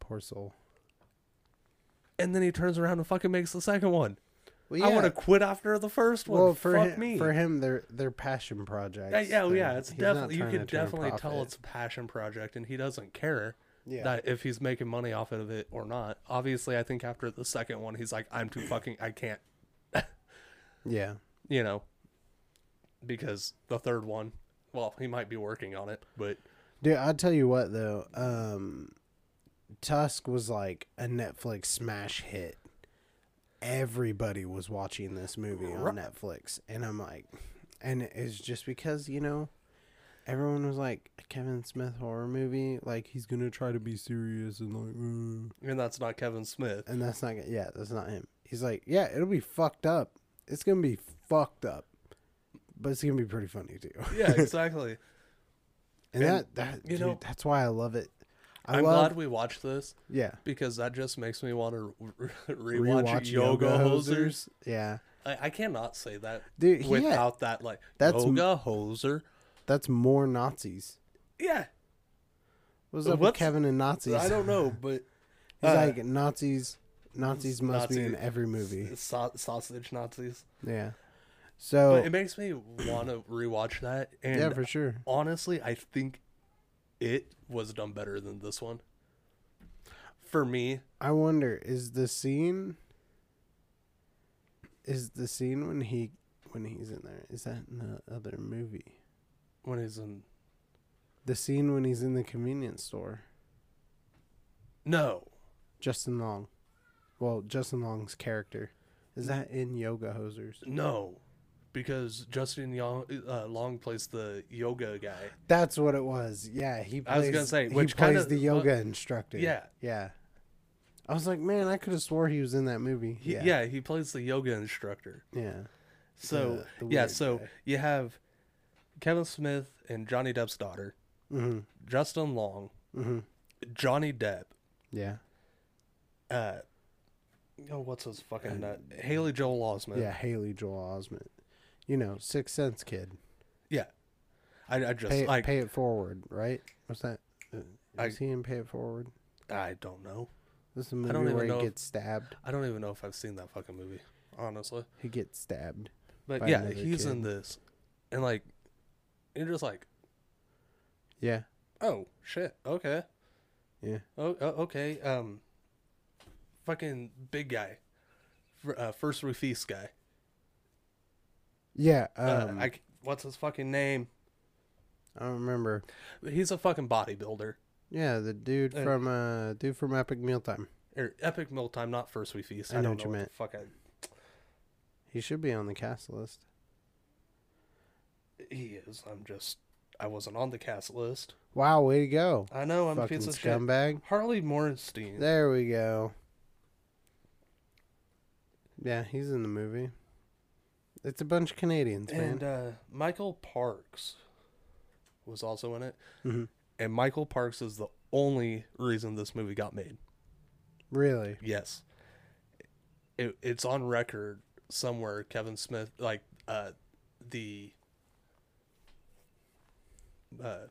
Speaker 3: Poor soul.
Speaker 4: and then he turns around and fucking makes the second one.
Speaker 3: Well,
Speaker 4: I want to quit after the first one.
Speaker 3: Well, for
Speaker 4: Fuck
Speaker 3: him,
Speaker 4: me.
Speaker 3: for him, they're they're passion projects.
Speaker 4: Yeah, yeah, well, yeah.
Speaker 3: They're-
Speaker 4: It's
Speaker 3: he's not
Speaker 4: definitely you
Speaker 3: trying
Speaker 4: can
Speaker 3: to turn a
Speaker 4: definitely tell
Speaker 3: profit.
Speaker 4: it's a passion project, and he doesn't care
Speaker 3: Yeah.
Speaker 4: that if he's making money off of it or not. Obviously, I think after the second one, he's like, "I'm too fucking, I can't,"
Speaker 3: yeah.
Speaker 4: you know, because the third one, well, he might be working on it, but
Speaker 3: Dude, I'll tell you what though. Um, Tusk was like a Netflix smash hit. Everybody was watching this movie on Netflix, and I'm like, and it's just because you know, everyone was like a Kevin Smith horror movie, like he's gonna try to be serious and like, mm.
Speaker 4: and that's not Kevin Smith.
Speaker 3: and that's not yeah, that's not him. He's like, yeah, it'll be fucked up. It's gonna be fucked up, but it's gonna be pretty funny too.
Speaker 4: Yeah, exactly.
Speaker 3: and,
Speaker 4: And,
Speaker 3: that that
Speaker 4: you
Speaker 3: dude,
Speaker 4: know-
Speaker 3: that's why I love it. I
Speaker 4: I'm
Speaker 3: love,
Speaker 4: glad we watched this
Speaker 3: yeah.
Speaker 4: because that just makes me want to re- rewatch,
Speaker 3: rewatch
Speaker 4: Yoga, Hosers.
Speaker 3: Yeah,
Speaker 4: I, I cannot say that
Speaker 3: Dude, he had-
Speaker 4: without that like
Speaker 3: That's m-
Speaker 4: Yoga Hoser.
Speaker 3: that's more Nazis.
Speaker 4: Yeah,
Speaker 3: What's up with
Speaker 4: What's-
Speaker 3: Kevin and Nazis?
Speaker 4: I don't know, but
Speaker 3: He's
Speaker 4: uh,
Speaker 3: like Nazis. Nazis must be in
Speaker 4: Nazi-
Speaker 3: every movie.
Speaker 4: sa- sausage Nazis.
Speaker 3: Yeah. So
Speaker 4: But it makes me want to rewatch that. And
Speaker 3: Oh. yeah, for sure.
Speaker 4: honestly, I think it was done better than this one. For me,
Speaker 3: I wonder is the scene is the scene when he when he's in there is that in the other movie?
Speaker 4: when he's in
Speaker 3: The scene when he's in the convenience store.
Speaker 4: no,
Speaker 3: Justin Long. Well, Justin Long's character. Is that in Yoga Hosers?
Speaker 4: no, because Justin Long, uh, Long plays the yoga guy.
Speaker 3: That's what it was. Yeah, he. Plays,
Speaker 4: I was gonna say,
Speaker 3: he
Speaker 4: which
Speaker 3: plays
Speaker 4: kinda-
Speaker 3: the yoga instructor.
Speaker 4: Yeah.
Speaker 3: yeah. I was like, man, I could have swore he was in that movie.
Speaker 4: He, yeah. he plays the yoga instructor.
Speaker 3: yeah.
Speaker 4: So
Speaker 3: The- the
Speaker 4: yeah,
Speaker 3: weird
Speaker 4: so
Speaker 3: guy.
Speaker 4: you have Kevin Smith and Johnny Depp's daughter,
Speaker 3: Mm-hmm.
Speaker 4: Justin Long,
Speaker 3: Mhm.
Speaker 4: Johnny Depp,
Speaker 3: Yeah,
Speaker 4: uh, oh, what's his fucking nut? Haley Joel Osment.
Speaker 3: Uh, yeah. Haley Joel Osment. You know, Sixth Sense kid.
Speaker 4: yeah. I, I just
Speaker 3: Pay it,
Speaker 4: like
Speaker 3: pay it forward, right? What's that? Uh,
Speaker 4: I-
Speaker 3: Is he in Pay It Forward?
Speaker 4: I don't know.
Speaker 3: This is a
Speaker 4: don't
Speaker 3: movie
Speaker 4: even
Speaker 3: where
Speaker 4: know
Speaker 3: he
Speaker 4: if-
Speaker 3: gets stabbed.
Speaker 4: I don't even know if I've seen that fucking movie, honestly.
Speaker 3: He gets stabbed.
Speaker 4: But
Speaker 3: By
Speaker 4: yeah,
Speaker 3: another
Speaker 4: he's in
Speaker 3: kid.
Speaker 4: this, and like, you're just like,
Speaker 3: Yeah,
Speaker 4: oh shit, okay,
Speaker 3: yeah.
Speaker 4: oh, oh okay, um, fucking big guy, Fir- uh, first Rufis guy.
Speaker 3: Yeah,
Speaker 4: Uh,
Speaker 3: um,
Speaker 4: I c what's his fucking name?
Speaker 3: I don't remember.
Speaker 4: He's a fucking bodybuilder.
Speaker 3: Yeah, the dude
Speaker 4: Uh,
Speaker 3: from uh, dude from Epic Mealtime.
Speaker 4: Or Er, Epic Meal Time, not First We Feast.
Speaker 3: I
Speaker 4: I,
Speaker 3: know
Speaker 4: don't
Speaker 3: what
Speaker 4: know
Speaker 3: you
Speaker 4: what
Speaker 3: meant.
Speaker 4: the fuck I
Speaker 3: He should be on the cast list.
Speaker 4: He is. I'm just. I wasn't on the cast list.
Speaker 3: Wow, way to go.
Speaker 4: I know I'm
Speaker 3: Fucking
Speaker 4: a piece of
Speaker 3: scumbag.
Speaker 4: shit. Harley Morenstein.
Speaker 3: There we go. Yeah, he's in the movie. It's a bunch of Canadians, man.
Speaker 4: and uh, Michael Parks was also in it.
Speaker 3: Mm-hmm.
Speaker 4: And Michael Parks is the only reason this movie got made.
Speaker 3: really?
Speaker 4: Yes. it, it's on record somewhere kevin smith like uh the uh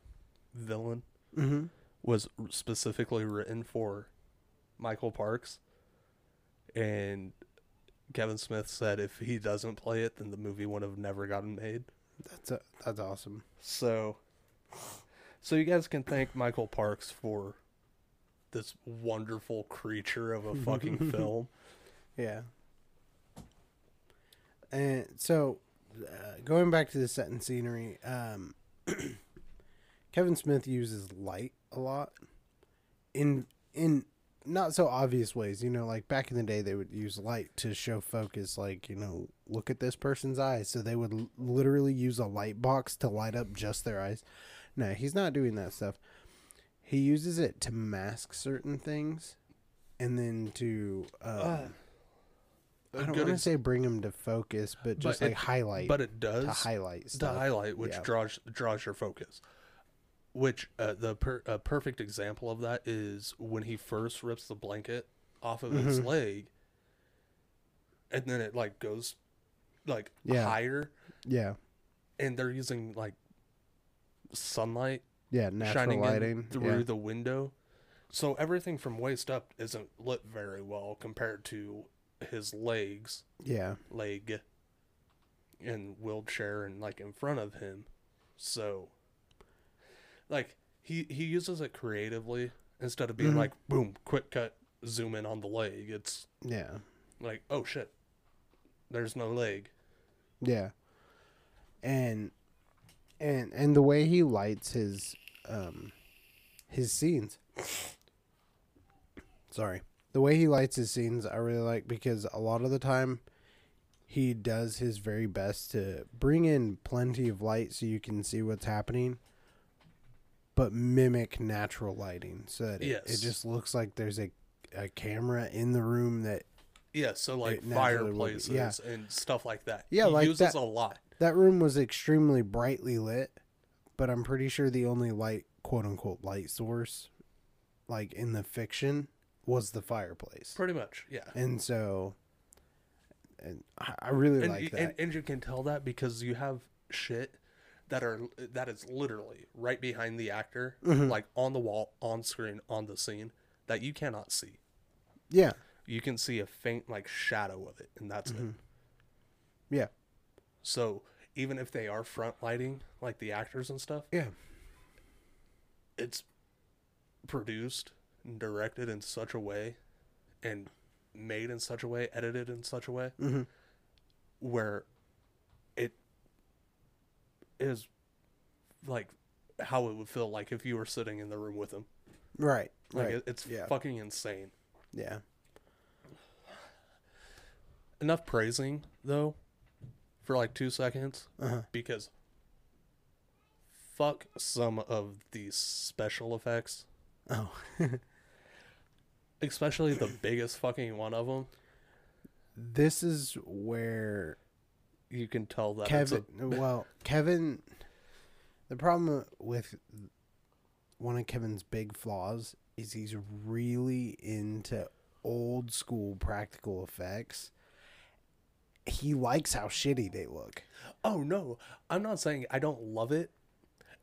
Speaker 4: villain Mm-hmm. was specifically written for michael parks and kevin smith said if he doesn't play it then the movie would have never gotten made
Speaker 3: That's a, that's awesome.
Speaker 4: so, so you guys can thank Michael Parks for this wonderful creature of a fucking film.
Speaker 3: Yeah. And so, uh, going back to the set and scenery, um, Kevin Smith uses light a lot in in not so obvious ways. You know, like back in the day, they would use light to show focus. Like you know, look at this person's eyes. So they would l- literally use a light box to light up just their eyes. No, he's not doing that stuff. He uses it to mask certain things, and then to um,
Speaker 4: Ah, A
Speaker 3: I don't
Speaker 4: good
Speaker 3: want to
Speaker 4: ex-
Speaker 3: say bring them to focus, but just
Speaker 4: But
Speaker 3: like
Speaker 4: it-
Speaker 3: highlight.
Speaker 4: but it does
Speaker 3: to highlight
Speaker 4: the
Speaker 3: stuff.
Speaker 4: highlight, which
Speaker 3: Yeah.
Speaker 4: draws draws your focus. Which uh, the per, a perfect example of that is when he first rips the blanket off of his
Speaker 3: Mm-hmm.
Speaker 4: leg, and then it like goes like
Speaker 3: Yeah.
Speaker 4: higher,
Speaker 3: yeah,
Speaker 4: and they're using like sunlight
Speaker 3: yeah, natural
Speaker 4: shining in
Speaker 3: lighting
Speaker 4: through
Speaker 3: yeah.
Speaker 4: the window. So everything from waist up isn't lit very well compared to his legs,
Speaker 3: yeah,
Speaker 4: leg, and wheelchair, and like in front of him. So, like he he uses it creatively instead of being
Speaker 3: Mm-hmm.
Speaker 4: like boom, quick cut, zoom in on the leg. It's
Speaker 3: yeah,
Speaker 4: like oh shit, there's no leg.
Speaker 3: yeah, and and and the way he lights his um his scenes. Sorry, the way he lights his scenes, I really like because a lot of the time. He does his very best to bring in plenty of light so you can see what's happening, but mimic natural lighting so that it, it
Speaker 4: Yes.
Speaker 3: just looks like there's a, a camera in the room that
Speaker 4: Yeah, so like
Speaker 3: It naturally will be-
Speaker 4: fireplaces
Speaker 3: yeah.
Speaker 4: and stuff like that.
Speaker 3: Yeah,
Speaker 4: he
Speaker 3: like
Speaker 4: uses
Speaker 3: that-
Speaker 4: a lot.
Speaker 3: That room was extremely brightly lit, but I'm pretty sure the only light, quote unquote, light source, like in the fiction, was the fireplace.
Speaker 4: Pretty much, yeah.
Speaker 3: And so, and I I really
Speaker 4: and,
Speaker 3: like
Speaker 4: y-
Speaker 3: that.
Speaker 4: and and you can tell that because you have shit that are that is literally right behind the actor,
Speaker 3: Mm-hmm.
Speaker 4: like on the wall, on screen, on the scene that you cannot see.
Speaker 3: yeah,
Speaker 4: You can see a faint like shadow of it, and that's
Speaker 3: Mm-hmm.
Speaker 4: it.
Speaker 3: yeah,
Speaker 4: So even if they are front lighting, like the actors and stuff,
Speaker 3: yeah,
Speaker 4: it's produced and directed in such a way, and made in such a way, edited in such a way,
Speaker 3: Mm-hmm.
Speaker 4: where it is like how it would feel like if you were sitting in the room with him.
Speaker 3: right,
Speaker 4: Like
Speaker 3: right,
Speaker 4: it, it's
Speaker 3: yeah,
Speaker 4: fucking insane.
Speaker 3: yeah,
Speaker 4: Enough praising though, for like two seconds,
Speaker 3: Uh-huh.
Speaker 4: because fuck some of these special effects,
Speaker 3: oh,
Speaker 4: especially the biggest fucking one of them.
Speaker 3: this is where
Speaker 4: You can tell that it's a
Speaker 3: Kevin. well, Kevin. The problem with one of Kevin's big flaws is he's really into old school practical effects. He likes how shitty they look.
Speaker 4: Oh no, I'm not saying I don't love it.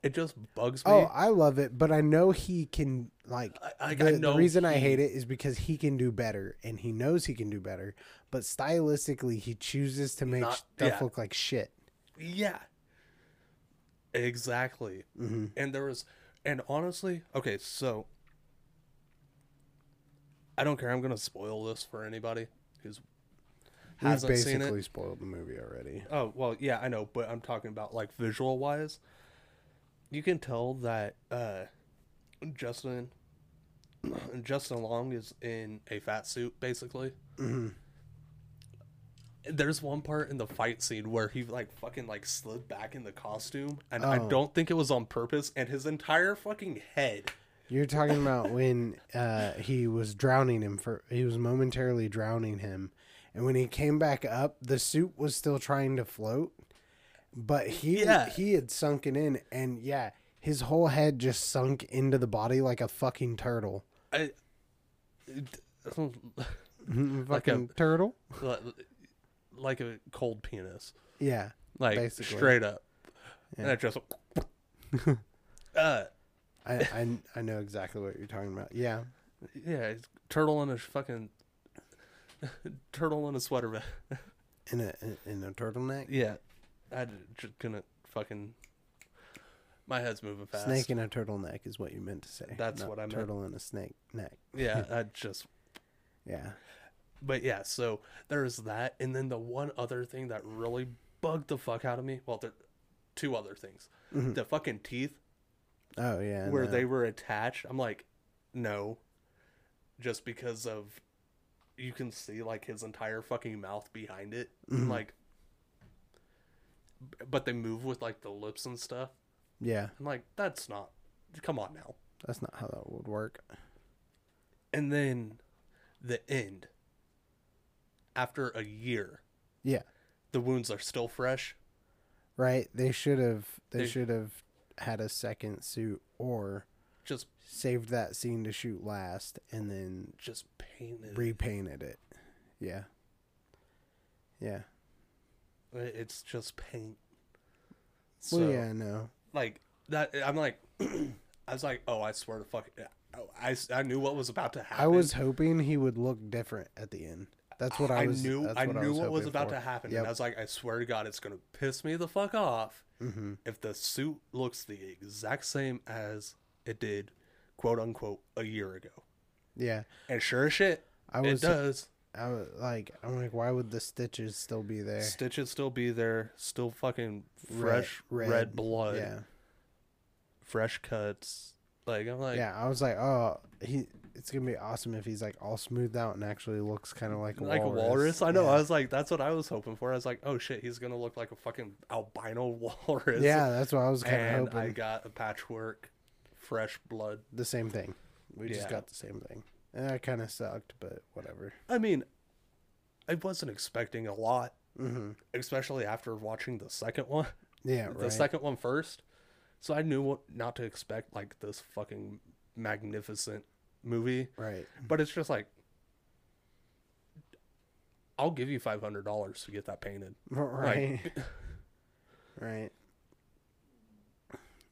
Speaker 4: It just bugs me.
Speaker 3: Oh, I love it, but I know he can like.
Speaker 4: I- I
Speaker 3: the, the
Speaker 4: know
Speaker 3: reason I
Speaker 4: he-
Speaker 3: hate it is because he can do better, and he knows he can do better. But stylistically, he chooses to make
Speaker 4: Not-
Speaker 3: stuff
Speaker 4: yeah.
Speaker 3: look like shit.
Speaker 4: yeah. Exactly.
Speaker 3: Mm-hmm.
Speaker 4: And there was and honestly, okay, so I don't care. I'm going to spoil this for anybody who's
Speaker 3: We've
Speaker 4: hasn't seen
Speaker 3: basically
Speaker 4: it.
Speaker 3: spoiled the movie already.
Speaker 4: Oh, well, yeah, I know, but I'm talking about like visual wise. You can tell that uh Justin Justin Long is in a fat suit basically. There's one part in the fight scene where he like fucking like slid back in the costume and I
Speaker 3: Oh.
Speaker 4: don't think it was on purpose and his entire fucking head
Speaker 3: You're talking about when uh, he was drowning him for he was momentarily drowning him, and when he came back up, the suit was still trying to float, but he
Speaker 4: Yeah.
Speaker 3: he had sunken in, and yeah, his whole head just sunk into the body like a fucking turtle.
Speaker 4: I
Speaker 3: Mhm,
Speaker 4: Like a-
Speaker 3: fucking turtle.
Speaker 4: Li- like a cold penis,
Speaker 3: Yeah.
Speaker 4: like
Speaker 3: Basically.
Speaker 4: straight up, and
Speaker 3: Yeah.
Speaker 4: it just uh,
Speaker 3: I, I I know exactly what you're talking about. Yeah.
Speaker 4: yeah, it's turtle in a fucking turtle in a sweater vest.
Speaker 3: In a in- in a turtleneck.
Speaker 4: Yeah, I d- just gonna fucking. My head's moving fast.
Speaker 3: Snake in a turtleneck is what you meant to say.
Speaker 4: That's
Speaker 3: not
Speaker 4: what I meant.
Speaker 3: Turtle in a snake neck.
Speaker 4: Yeah, I just
Speaker 3: Yeah.
Speaker 4: But yeah, so there's that, and then the one other thing that really bugged the fuck out of me. Well, there, two other things.
Speaker 3: Mm-hmm.
Speaker 4: The fucking teeth
Speaker 3: Oh yeah.
Speaker 4: where
Speaker 3: no.
Speaker 4: they were attached. I'm like, no, just because of you can see like his entire fucking mouth behind it,
Speaker 3: Mm-hmm.
Speaker 4: and, like. b- But they move with like the lips and stuff.
Speaker 3: Yeah.
Speaker 4: I'm like, that's not. Come on now.
Speaker 3: That's not how that would work.
Speaker 4: And then, the end. After a year,
Speaker 3: Yeah.
Speaker 4: the wounds are still fresh.
Speaker 3: Right. They should have. They,
Speaker 4: They-
Speaker 3: should have had a second suit or
Speaker 4: just
Speaker 3: saved that scene to shoot last and then
Speaker 4: just painted.
Speaker 3: repainted it. Yeah. Yeah.
Speaker 4: It's just paint. So
Speaker 3: Well, yeah. No.
Speaker 4: like that, I'm like, I was like, oh, I swear to fuck, I, I knew what was about to happen.
Speaker 3: I was hoping he would look different at the end. That's what I,
Speaker 4: I
Speaker 3: was.
Speaker 4: knew,
Speaker 3: that's
Speaker 4: I knew what was
Speaker 3: hoping
Speaker 4: about
Speaker 3: for.
Speaker 4: to happen,
Speaker 3: Yep.
Speaker 4: and I was like, I swear to God, it's gonna piss me the fuck off
Speaker 3: Mm-hmm.
Speaker 4: if the suit looks the exact same as it did, quote unquote, a year ago.
Speaker 3: yeah.
Speaker 4: And sure as shit,
Speaker 3: I
Speaker 4: it
Speaker 3: was- eh.
Speaker 4: does.
Speaker 3: I was like, I'm like, why would the stitches still be there?
Speaker 4: Stitches still be there, still fucking fresh red, blood.
Speaker 3: Yeah.
Speaker 4: fresh cuts. Like I'm like,
Speaker 3: yeah. I was like, oh, he. It's gonna be awesome if he's like all smoothed out and actually looks kind of like a
Speaker 4: like a
Speaker 3: walrus.
Speaker 4: walrus. I know.
Speaker 3: Yeah.
Speaker 4: I was like, that's what I was hoping for. I was like, oh shit, he's gonna look like a fucking albino walrus.
Speaker 3: yeah, that's what I was kind of
Speaker 4: and
Speaker 3: hoping.
Speaker 4: I got a patchwork, fresh blood.
Speaker 3: the same thing. We
Speaker 4: Yeah.
Speaker 3: just got the same thing. And that kind of sucked, but whatever.
Speaker 4: I mean, I wasn't expecting a lot, especially after watching the second one,
Speaker 3: Mm-hmm. Yeah,
Speaker 4: the
Speaker 3: right.
Speaker 4: second one first. So I knew what not to expect, like this fucking magnificent movie.
Speaker 3: right.
Speaker 4: But it's just like, I'll give you five hundred dollars to get that painted.
Speaker 3: Right. right.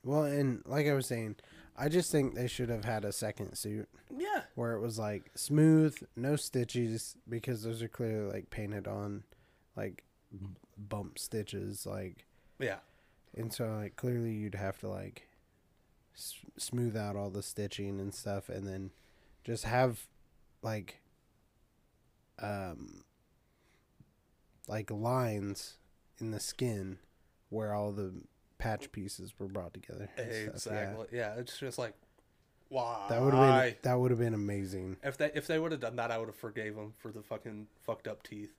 Speaker 3: Well, and like I was saying, I just think they should have had a second suit
Speaker 4: Yeah.
Speaker 3: where it was like smooth, no stitches, because those are clearly like painted on, like b- bump stitches, like,
Speaker 4: Yeah.
Speaker 3: and so like clearly you'd have to like s- smooth out all the stitching and stuff, and then just have like, um, like lines in the skin where all the patch pieces were brought together. and stuff, yeah.
Speaker 4: Exactly. yeah. It's just like, why?
Speaker 3: That would have been that would have been amazing.
Speaker 4: If they if they would have done that, I would have forgave them for the fucking fucked up teeth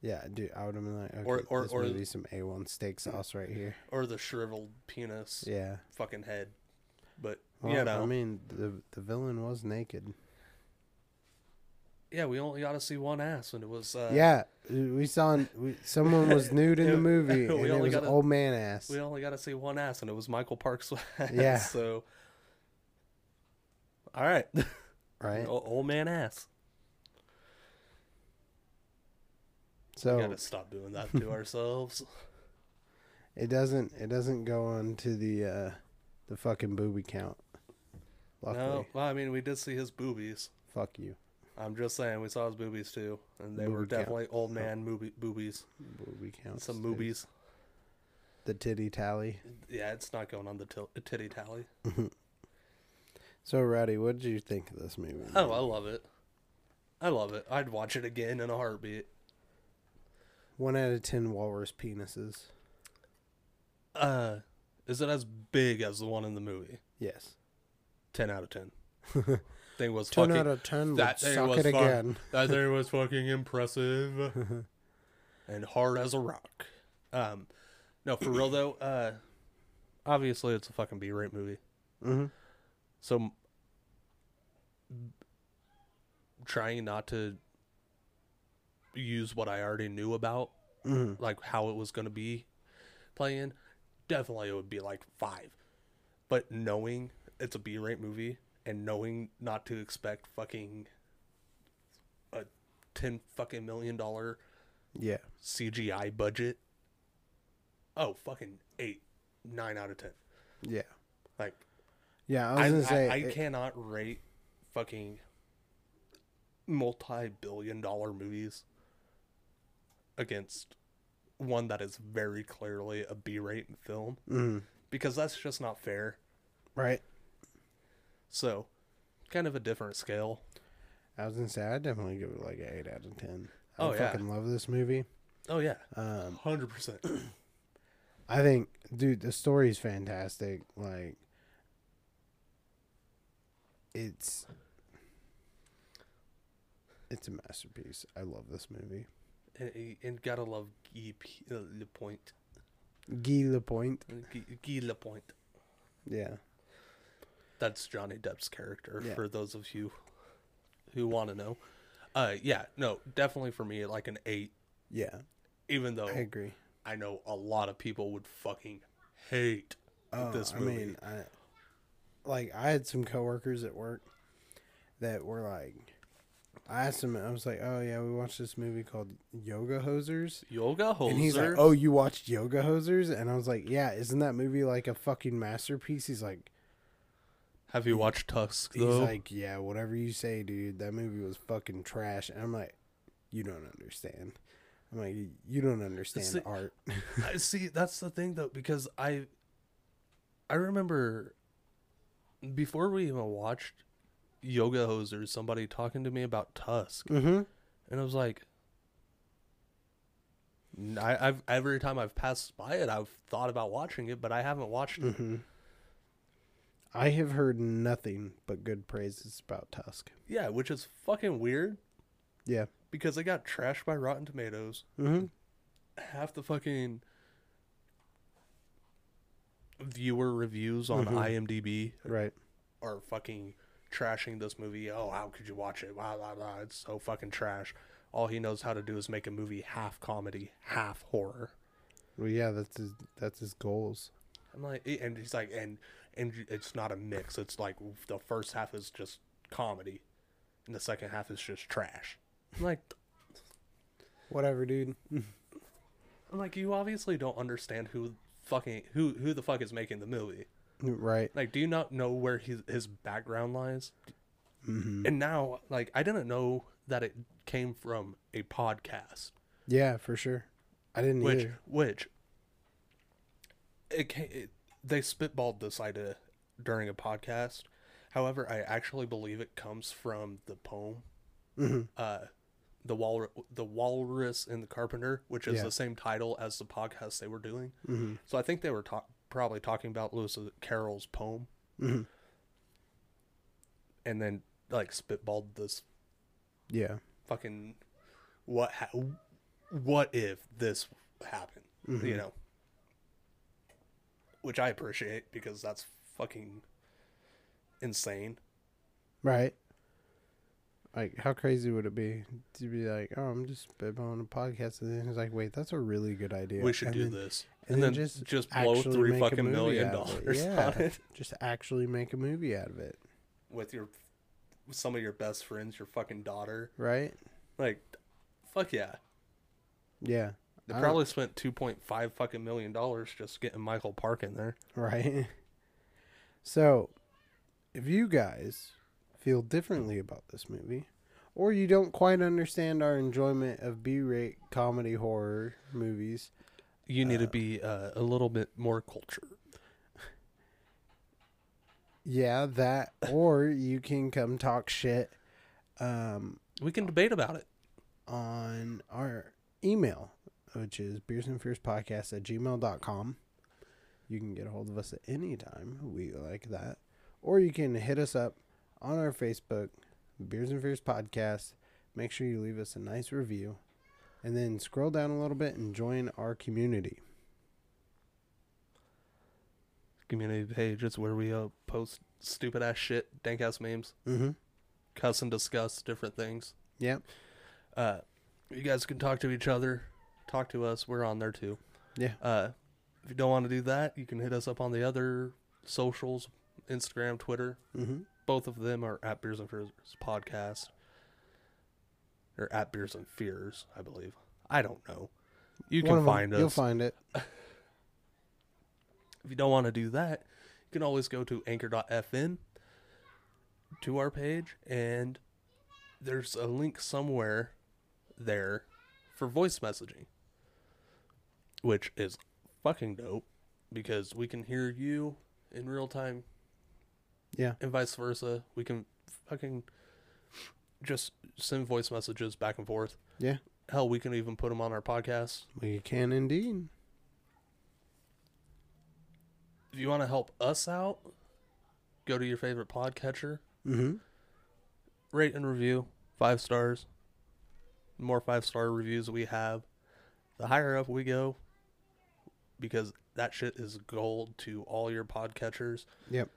Speaker 3: Yeah, dude, I would have been like, okay,
Speaker 4: Or- or-
Speaker 3: this
Speaker 4: or-
Speaker 3: maybe some A1 steak sauce right here.
Speaker 4: or the shriveled penis
Speaker 3: Yeah.
Speaker 4: fucking head. But
Speaker 3: Well,
Speaker 4: you know,
Speaker 3: I mean, the the villain was naked.
Speaker 4: yeah, we only got to see one ass, and it was uh,
Speaker 3: yeah, we saw we, someone was nude in the
Speaker 4: We
Speaker 3: movie, and
Speaker 4: only
Speaker 3: it was
Speaker 4: gotta-
Speaker 3: old man ass.
Speaker 4: We only got to see one ass, and it was Michael Parks. Ass,
Speaker 3: Yeah.
Speaker 4: So, all right,
Speaker 3: Right.
Speaker 4: O- old man ass. We
Speaker 3: So
Speaker 4: gotta stop doing that to ourselves.
Speaker 3: it doesn't it doesn't go on to the uh the fucking booby count. Luckily,
Speaker 4: No, well, I mean, we did see his boobies.
Speaker 3: fuck you,
Speaker 4: I'm just saying, we saw his boobies too, and they
Speaker 3: Booby
Speaker 4: were
Speaker 3: count.
Speaker 4: definitely old man movie, boobies.
Speaker 3: booby count.
Speaker 4: Some boobies.
Speaker 3: The titty tally.
Speaker 4: Yeah, it's not going on the til- titty tally.
Speaker 3: So Rowdy, what did you think of this movie?
Speaker 4: Oh, I love it. I love it. I'd watch it again in a heartbeat.
Speaker 3: One out of ten walrus penises.
Speaker 4: Uh, is it as big as the one in the movie?
Speaker 3: Yes.
Speaker 4: Ten out of ten. thing was
Speaker 3: Ten
Speaker 4: fucking,
Speaker 3: out of ten would
Speaker 4: that thing
Speaker 3: suck
Speaker 4: was
Speaker 3: it
Speaker 4: fu-
Speaker 3: again.
Speaker 4: that thing was fucking impressive and hard as a rock. Um, no, for real though. Uh, obviously it's a fucking B-rate movie.
Speaker 3: Mm-hmm.
Speaker 4: So m- trying not to use what I already knew about,
Speaker 3: Mhm.
Speaker 4: like how it was going to be playing, definitely it would be like 5. But knowing it's a B-rate movie and knowing not to expect fucking a ten fucking million dollar
Speaker 3: Yeah.
Speaker 4: CGI budget. Oh, fucking eight, nine out of ten.
Speaker 3: Yeah.
Speaker 4: Like
Speaker 3: Yeah. I was
Speaker 4: I,
Speaker 3: gonna say.
Speaker 4: I, I
Speaker 3: it-
Speaker 4: cannot rate fucking multi-billion dollar movies against one that is very clearly a B-rate film because that's just not fair.
Speaker 3: mm-hmm. right.
Speaker 4: So, kind of a different scale.
Speaker 3: I was gonna say I definitely give it like an eight out of ten. I
Speaker 4: Oh, yeah.
Speaker 3: fucking love this movie. Um,
Speaker 4: Oh yeah, hundred percent.
Speaker 3: I think, dude, the story's fantastic. Like, it's it's a masterpiece. I love this movie.
Speaker 4: And, and gotta love Guy P- uh, Lapointe.
Speaker 3: Guy Lapointe.
Speaker 4: Guy, Guy Lapointe.
Speaker 3: Yeah.
Speaker 4: That's Johnny Depp's character
Speaker 3: Yeah.
Speaker 4: for those of you who want to know. Uh, yeah, no, definitely for me, like an eight.
Speaker 3: Yeah.
Speaker 4: Even though
Speaker 3: I agree.
Speaker 4: I know a lot of people would fucking hate
Speaker 3: Oh,
Speaker 4: this
Speaker 3: I
Speaker 4: movie.
Speaker 3: mean, I like I had some coworkers at work that were like, I asked them, I was like, oh yeah, we watched this movie called Yoga Hosers,
Speaker 4: Yoga Hoser.
Speaker 3: and he's like, oh, you watched Yoga Hosers, and I was like, yeah, isn't that movie like a fucking masterpiece? He's like,
Speaker 4: Have you watched Tusk
Speaker 3: he's
Speaker 4: though?
Speaker 3: like, yeah, whatever you say, dude, that movie was fucking trash, and I'm like, you don't understand. I'm like, you don't understand
Speaker 4: the-
Speaker 3: art.
Speaker 4: I see. That's the thing though, because I, I remember before we even watched Yoga Hosers, somebody talking to me about Tusk,
Speaker 3: mm-hmm.
Speaker 4: and I was like, I, I've every time I've passed by it, I've thought about watching it, but I haven't watched
Speaker 3: Mm-hmm.
Speaker 4: it.
Speaker 3: I have heard nothing but good praises about Tusk.
Speaker 4: Yeah, which is fucking weird
Speaker 3: Yeah.
Speaker 4: because it got trashed by Rotten Tomatoes.
Speaker 3: Mm-hmm.
Speaker 4: half the fucking viewer reviews on IMDb
Speaker 3: Right.
Speaker 4: are fucking trashing this movie. Oh, how could you watch it? Blah blah blah. It's so fucking trash. All he knows how to do is make a movie half comedy, half horror.
Speaker 3: Well, yeah, that's his that's his goals.
Speaker 4: I'm like, eh, and he's like, and and it's not a mix. It's like the first half is just comedy, and the second half is just trash. I'm like,
Speaker 3: Whatever, dude.
Speaker 4: I'm like, you obviously don't understand who fucking who who the fuck is making the movie.
Speaker 3: right.
Speaker 4: Like, do you not know where his his background lies? And now, like, I didn't know that it came from a podcast,
Speaker 3: Yeah, for sure. I didn't
Speaker 4: which
Speaker 3: either.
Speaker 4: which it, ca it they spitballed this idea during a podcast. However, I actually believe it comes from the poem, uh, the walrus, the walrus and the carpenter, which is
Speaker 3: Yeah.
Speaker 4: the same title as the podcast they were doing. So I think they were ta- probably talking about Lewis Carroll's poem.
Speaker 3: Mm-hmm.
Speaker 4: and then like spitballed this
Speaker 3: Yeah.
Speaker 4: fucking what ha- what if this happened
Speaker 3: Mm-hmm.
Speaker 4: you know which i appreciate because that's fucking insane
Speaker 3: Right. Like, how crazy would it be to be like, oh, I'm just spitballing a podcast, and then he's like, wait, that's a really good idea.
Speaker 4: we should
Speaker 3: and
Speaker 4: do
Speaker 3: then-
Speaker 4: this and, then, just, blow
Speaker 3: actually
Speaker 4: three
Speaker 3: make a
Speaker 4: fucking
Speaker 3: movie
Speaker 4: million
Speaker 3: out of it.
Speaker 4: dollars
Speaker 3: Yeah.
Speaker 4: on it
Speaker 3: Just actually make a movie out of it,
Speaker 4: with your with some of your best friends your fucking daughter
Speaker 3: right?
Speaker 4: like fuck yeah
Speaker 3: Yeah.
Speaker 4: they
Speaker 3: I don't-
Speaker 4: probably spent 2.5 fucking million dollars just getting michael park in there
Speaker 3: Right. So, if you guys feel differently about this movie, or you don't quite understand our enjoyment of B rate comedy horror movies,
Speaker 4: you need to be uh, a little bit more cultured
Speaker 3: yeah, that, or you can come talk shit um,
Speaker 4: we can debate about it
Speaker 3: on our email, which is beersandfearspodcast at gmail.com. You can get a hold of us at any time. We like that. Or you can hit us up on our Facebook, Beers and Fears Podcast. Make sure you leave us a nice review. And then scroll down a little bit and join our community.
Speaker 4: community page. It's where we uh, post stupid ass shit, dank ass memes,
Speaker 3: Mm-hmm.
Speaker 4: cuss and discuss different things.
Speaker 3: Yep.
Speaker 4: Uh, you guys can talk to each other, talk to us. We're on there too.
Speaker 3: Yeah.
Speaker 4: Uh, if you don't want to do that, you can hit us up on the other socials Instagram, Twitter.
Speaker 3: Mm-hmm.
Speaker 4: Both of them are at Beers and Furs Podcast. or at Beers and Fears, I believe. I don't know. You
Speaker 3: One
Speaker 4: can
Speaker 3: of 'em,
Speaker 4: find
Speaker 3: You'll
Speaker 4: us.
Speaker 3: find it.
Speaker 4: If you don't want to do that, you can always go to anchor.fm to our page, and there's a link somewhere there for voice messaging, which is fucking dope because we can hear you in real time
Speaker 3: Yeah.
Speaker 4: and vice versa. We can fucking just send voice messages back and forth.
Speaker 3: Yeah.
Speaker 4: Hell, we can even put them on our podcast.
Speaker 3: We can indeed.
Speaker 4: if you want to help us out, go to your favorite podcatcher,
Speaker 3: Mm-hmm.
Speaker 4: rate and review five stars. The more five star reviews we have, the higher up we go, because that shit is gold to all your podcatchers.
Speaker 3: Yep.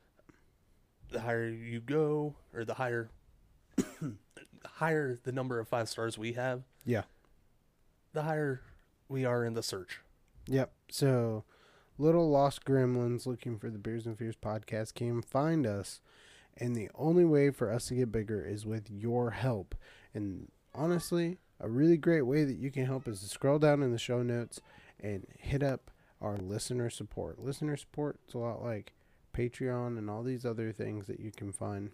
Speaker 4: The higher you go, or the higher, the higher the number of five stars we have,
Speaker 3: Yeah.
Speaker 4: the higher we are in the search.
Speaker 3: Yep. So, little lost gremlins looking for the Beers and Fears podcast came find us, and the only way for us to get bigger is with your help. And honestly, a really great way that you can help is to scroll down in the show notes and hit up our listener support. Listener support is a lot like Patreon and all these other things that you can find.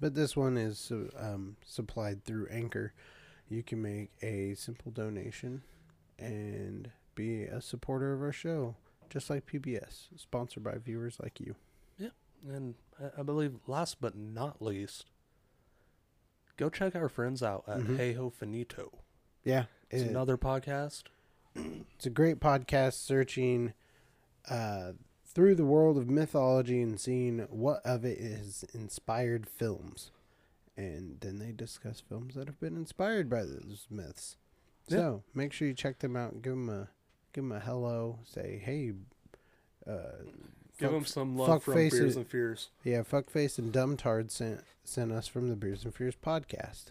Speaker 3: But this one is um, supplied through Anchor. You can make a simple donation and be a supporter of our show, just like PBS, sponsored by viewers like you.
Speaker 4: And I- I believe last but not least, go check our friends out at
Speaker 3: Mhm.
Speaker 4: Hey Ho Finito.
Speaker 3: Yeah,
Speaker 4: It's
Speaker 3: it-
Speaker 4: another podcast.
Speaker 3: it's a great podcast searching uh, through the world of mythology and seeing what of it is inspired films. And then they discuss films that have been inspired by those myths.
Speaker 4: Yeah.
Speaker 3: So make sure you check them out. Give them a give 'em a hello. Say hey. Uh,
Speaker 4: Give
Speaker 3: Fuck-
Speaker 4: them some love
Speaker 3: fuck
Speaker 4: from
Speaker 3: face
Speaker 4: Beers
Speaker 3: it.
Speaker 4: and Fears.
Speaker 3: yeah, fuckface and dumbtard sent sent us from the Beers and Fears podcast.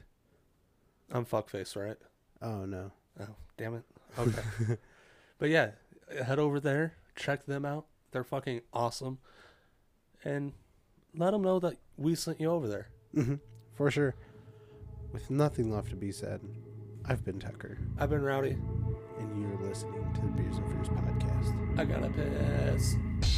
Speaker 4: I'm fuckface, right?
Speaker 3: Oh no.
Speaker 4: Oh, damn it. Okay. but yeah, head over there, check them out. They're fucking awesome. And let them know that we sent you over there.
Speaker 3: hmm For sure. With nothing left to be said, I've been Tucker,
Speaker 4: I've been rowdy.
Speaker 3: and you're listening to the Beers and Fears podcast.
Speaker 4: I gotta piss.